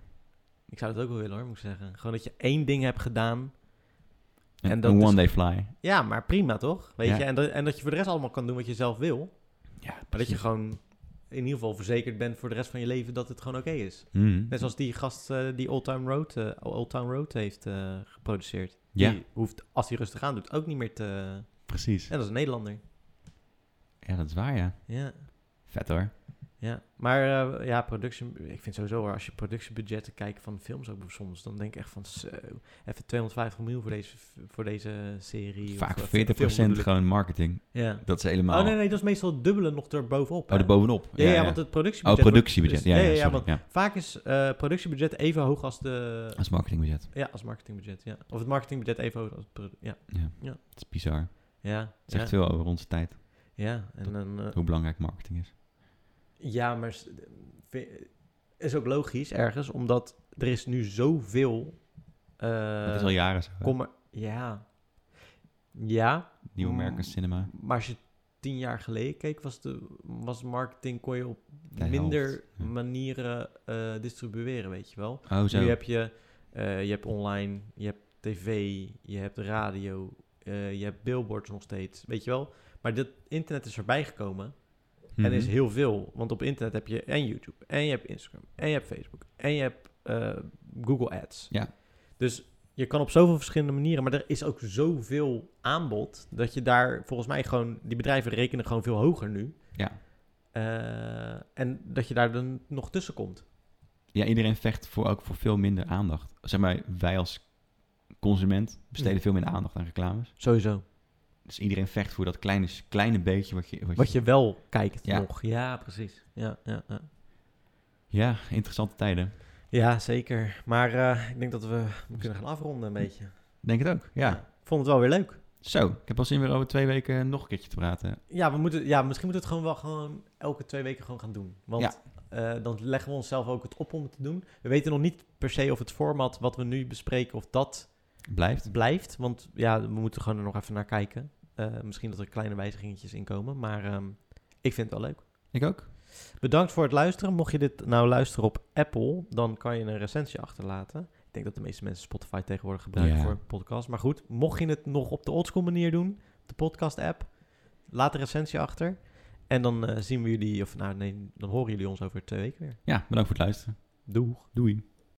Speaker 1: Ik zou dat ook wel willen hoor, moet ik zeggen. Gewoon dat je één ding hebt gedaan.
Speaker 2: En,
Speaker 1: En dat
Speaker 2: One
Speaker 1: is-
Speaker 2: Day Fly.
Speaker 1: Ja, maar prima toch? Weet
Speaker 2: Ja.
Speaker 1: je? En dat, en dat je voor de rest allemaal kan doen wat je zelf wil. Maar
Speaker 2: Ja,
Speaker 1: dat je gewoon in ieder geval verzekerd bent voor de rest van je leven dat het gewoon oké is.
Speaker 2: Mhm.
Speaker 1: Net zoals die gast eh, die Old Town Road, eh, Old Town Road heeft eh, geproduceerd.
Speaker 2: Ja,
Speaker 1: Die hoeft, als hij rustig aan doet, ook niet meer te...
Speaker 2: precies.
Speaker 1: En dat is een Nederlander.
Speaker 2: Ja, dat is waar, ja.
Speaker 1: Ja,
Speaker 2: Vet hoor.
Speaker 1: ja. Maar eh, ja, production... Ik vind sowieso, hoor, als je productiebudgetten kijkt van films ook soms... dan denk ik echt van, zo, even 250 miljoen voor deze, voor deze serie.
Speaker 2: Vaak 40%
Speaker 1: of, eh, film bedoel ik.
Speaker 2: gewoon marketing.
Speaker 1: Ja.
Speaker 2: Dat is helemaal...
Speaker 1: Oh nee, nee, dat is meestal het dubbele nog erbovenop.
Speaker 2: Oh,
Speaker 1: hè?
Speaker 2: erbovenop.
Speaker 1: Ja, ja, want het
Speaker 2: Oh,
Speaker 1: productiebudget...
Speaker 2: productiebudget.
Speaker 1: dus-
Speaker 2: Ja, ja,
Speaker 1: ja, ja,
Speaker 2: sorry.
Speaker 1: want-
Speaker 2: ja.
Speaker 1: Vaak is eh, productiebudget even hoog als de...
Speaker 2: Dat is marketingbudget.
Speaker 1: Ja, als marketingbudget, ja. Of het marketingbudget even hoog als het produ- Ja,
Speaker 2: Ja.
Speaker 1: Ja.
Speaker 2: Het is bizar.
Speaker 1: ja.
Speaker 2: Het zegt
Speaker 1: ja.
Speaker 2: veel over onze tijd.
Speaker 1: Ja, en dan, eh,
Speaker 2: Hoe belangrijk marketing is.
Speaker 1: ja, maar s- vind- is ook logisch ergens, omdat er is nu zoveel... eh
Speaker 2: dat is al jaren zo. hè.
Speaker 1: kommer- ja. Ja,
Speaker 2: Nieuwe
Speaker 1: Mm.
Speaker 2: merken, cinema.
Speaker 1: maar als je tien jaar geleden keek, was, de, was marketing, kon je op
Speaker 2: De helft,
Speaker 1: minder
Speaker 2: ja.
Speaker 1: manieren eh, distribueren, weet je wel.
Speaker 2: Oh, zo.
Speaker 1: Nu heb je, eh, je hebt online, je hebt tv, je hebt radio, eh, je hebt billboards nog steeds, weet je wel. Maar dit internet is erbij gekomen en er is
Speaker 2: Mhm.
Speaker 1: heel veel. Want op internet heb je en YouTube, en je hebt Instagram, en je hebt Facebook, en je hebt eh, Google Ads.
Speaker 2: Ja.
Speaker 1: Dus je kan op zoveel verschillende manieren, maar er is ook zoveel aanbod dat je daar volgens mij gewoon, die bedrijven rekenen gewoon veel hoger nu.
Speaker 2: Ja.
Speaker 1: Eh, en dat je daar dan nog tussen komt.
Speaker 2: ja, iedereen vecht voor, ook voor veel minder aandacht. Zeg maar, wij als consument besteden
Speaker 1: Mm.
Speaker 2: veel minder aandacht aan reclames.
Speaker 1: Sowieso.
Speaker 2: Dus iedereen vecht voor dat kleine, kleine beetje wat je...
Speaker 1: Wat je wel kijkt
Speaker 2: Ja.
Speaker 1: nog. Ja, precies. Ja, ja, ja.
Speaker 2: Ja, interessante tijden.
Speaker 1: ja zeker. Maar eh, ik denk dat we kunnen gaan afronden een beetje.
Speaker 2: Denk het ook, ja.
Speaker 1: Ik vond het wel weer leuk.
Speaker 2: Zo, ik heb al zin weer over twee weken nog een keertje te praten.
Speaker 1: Ja, we moeten, ja misschien moeten we het gewoon wel gewoon elke twee weken gewoon gaan doen. Want
Speaker 2: Ja.
Speaker 1: eh, dan leggen we onszelf ook het op om het te doen. We weten nog niet per se of het format wat we nu bespreken, of dat
Speaker 2: Blijft.
Speaker 1: blijft. Want ja, we moeten gewoon er nog even naar kijken. Eh, misschien dat er kleine wijzigingetjes in komen. Maar ehm, ik vind het wel leuk.
Speaker 2: Ik ook.
Speaker 1: Bedankt voor het luisteren. Mocht je dit nou luisteren op Apple, dan kan je een recensie achterlaten. Ik denk dat de meeste mensen Spotify tegenwoordig gebruiken
Speaker 2: Ja.
Speaker 1: voor een podcast. Maar goed, mocht je het nog op de oldschool manier doen, de podcast app, laat een recensie achter. En dan eh, zien we jullie, of nou nee, dan horen jullie ons over twee weken weer.
Speaker 2: Ja, bedankt voor het luisteren.
Speaker 1: Doeg!
Speaker 2: Doei.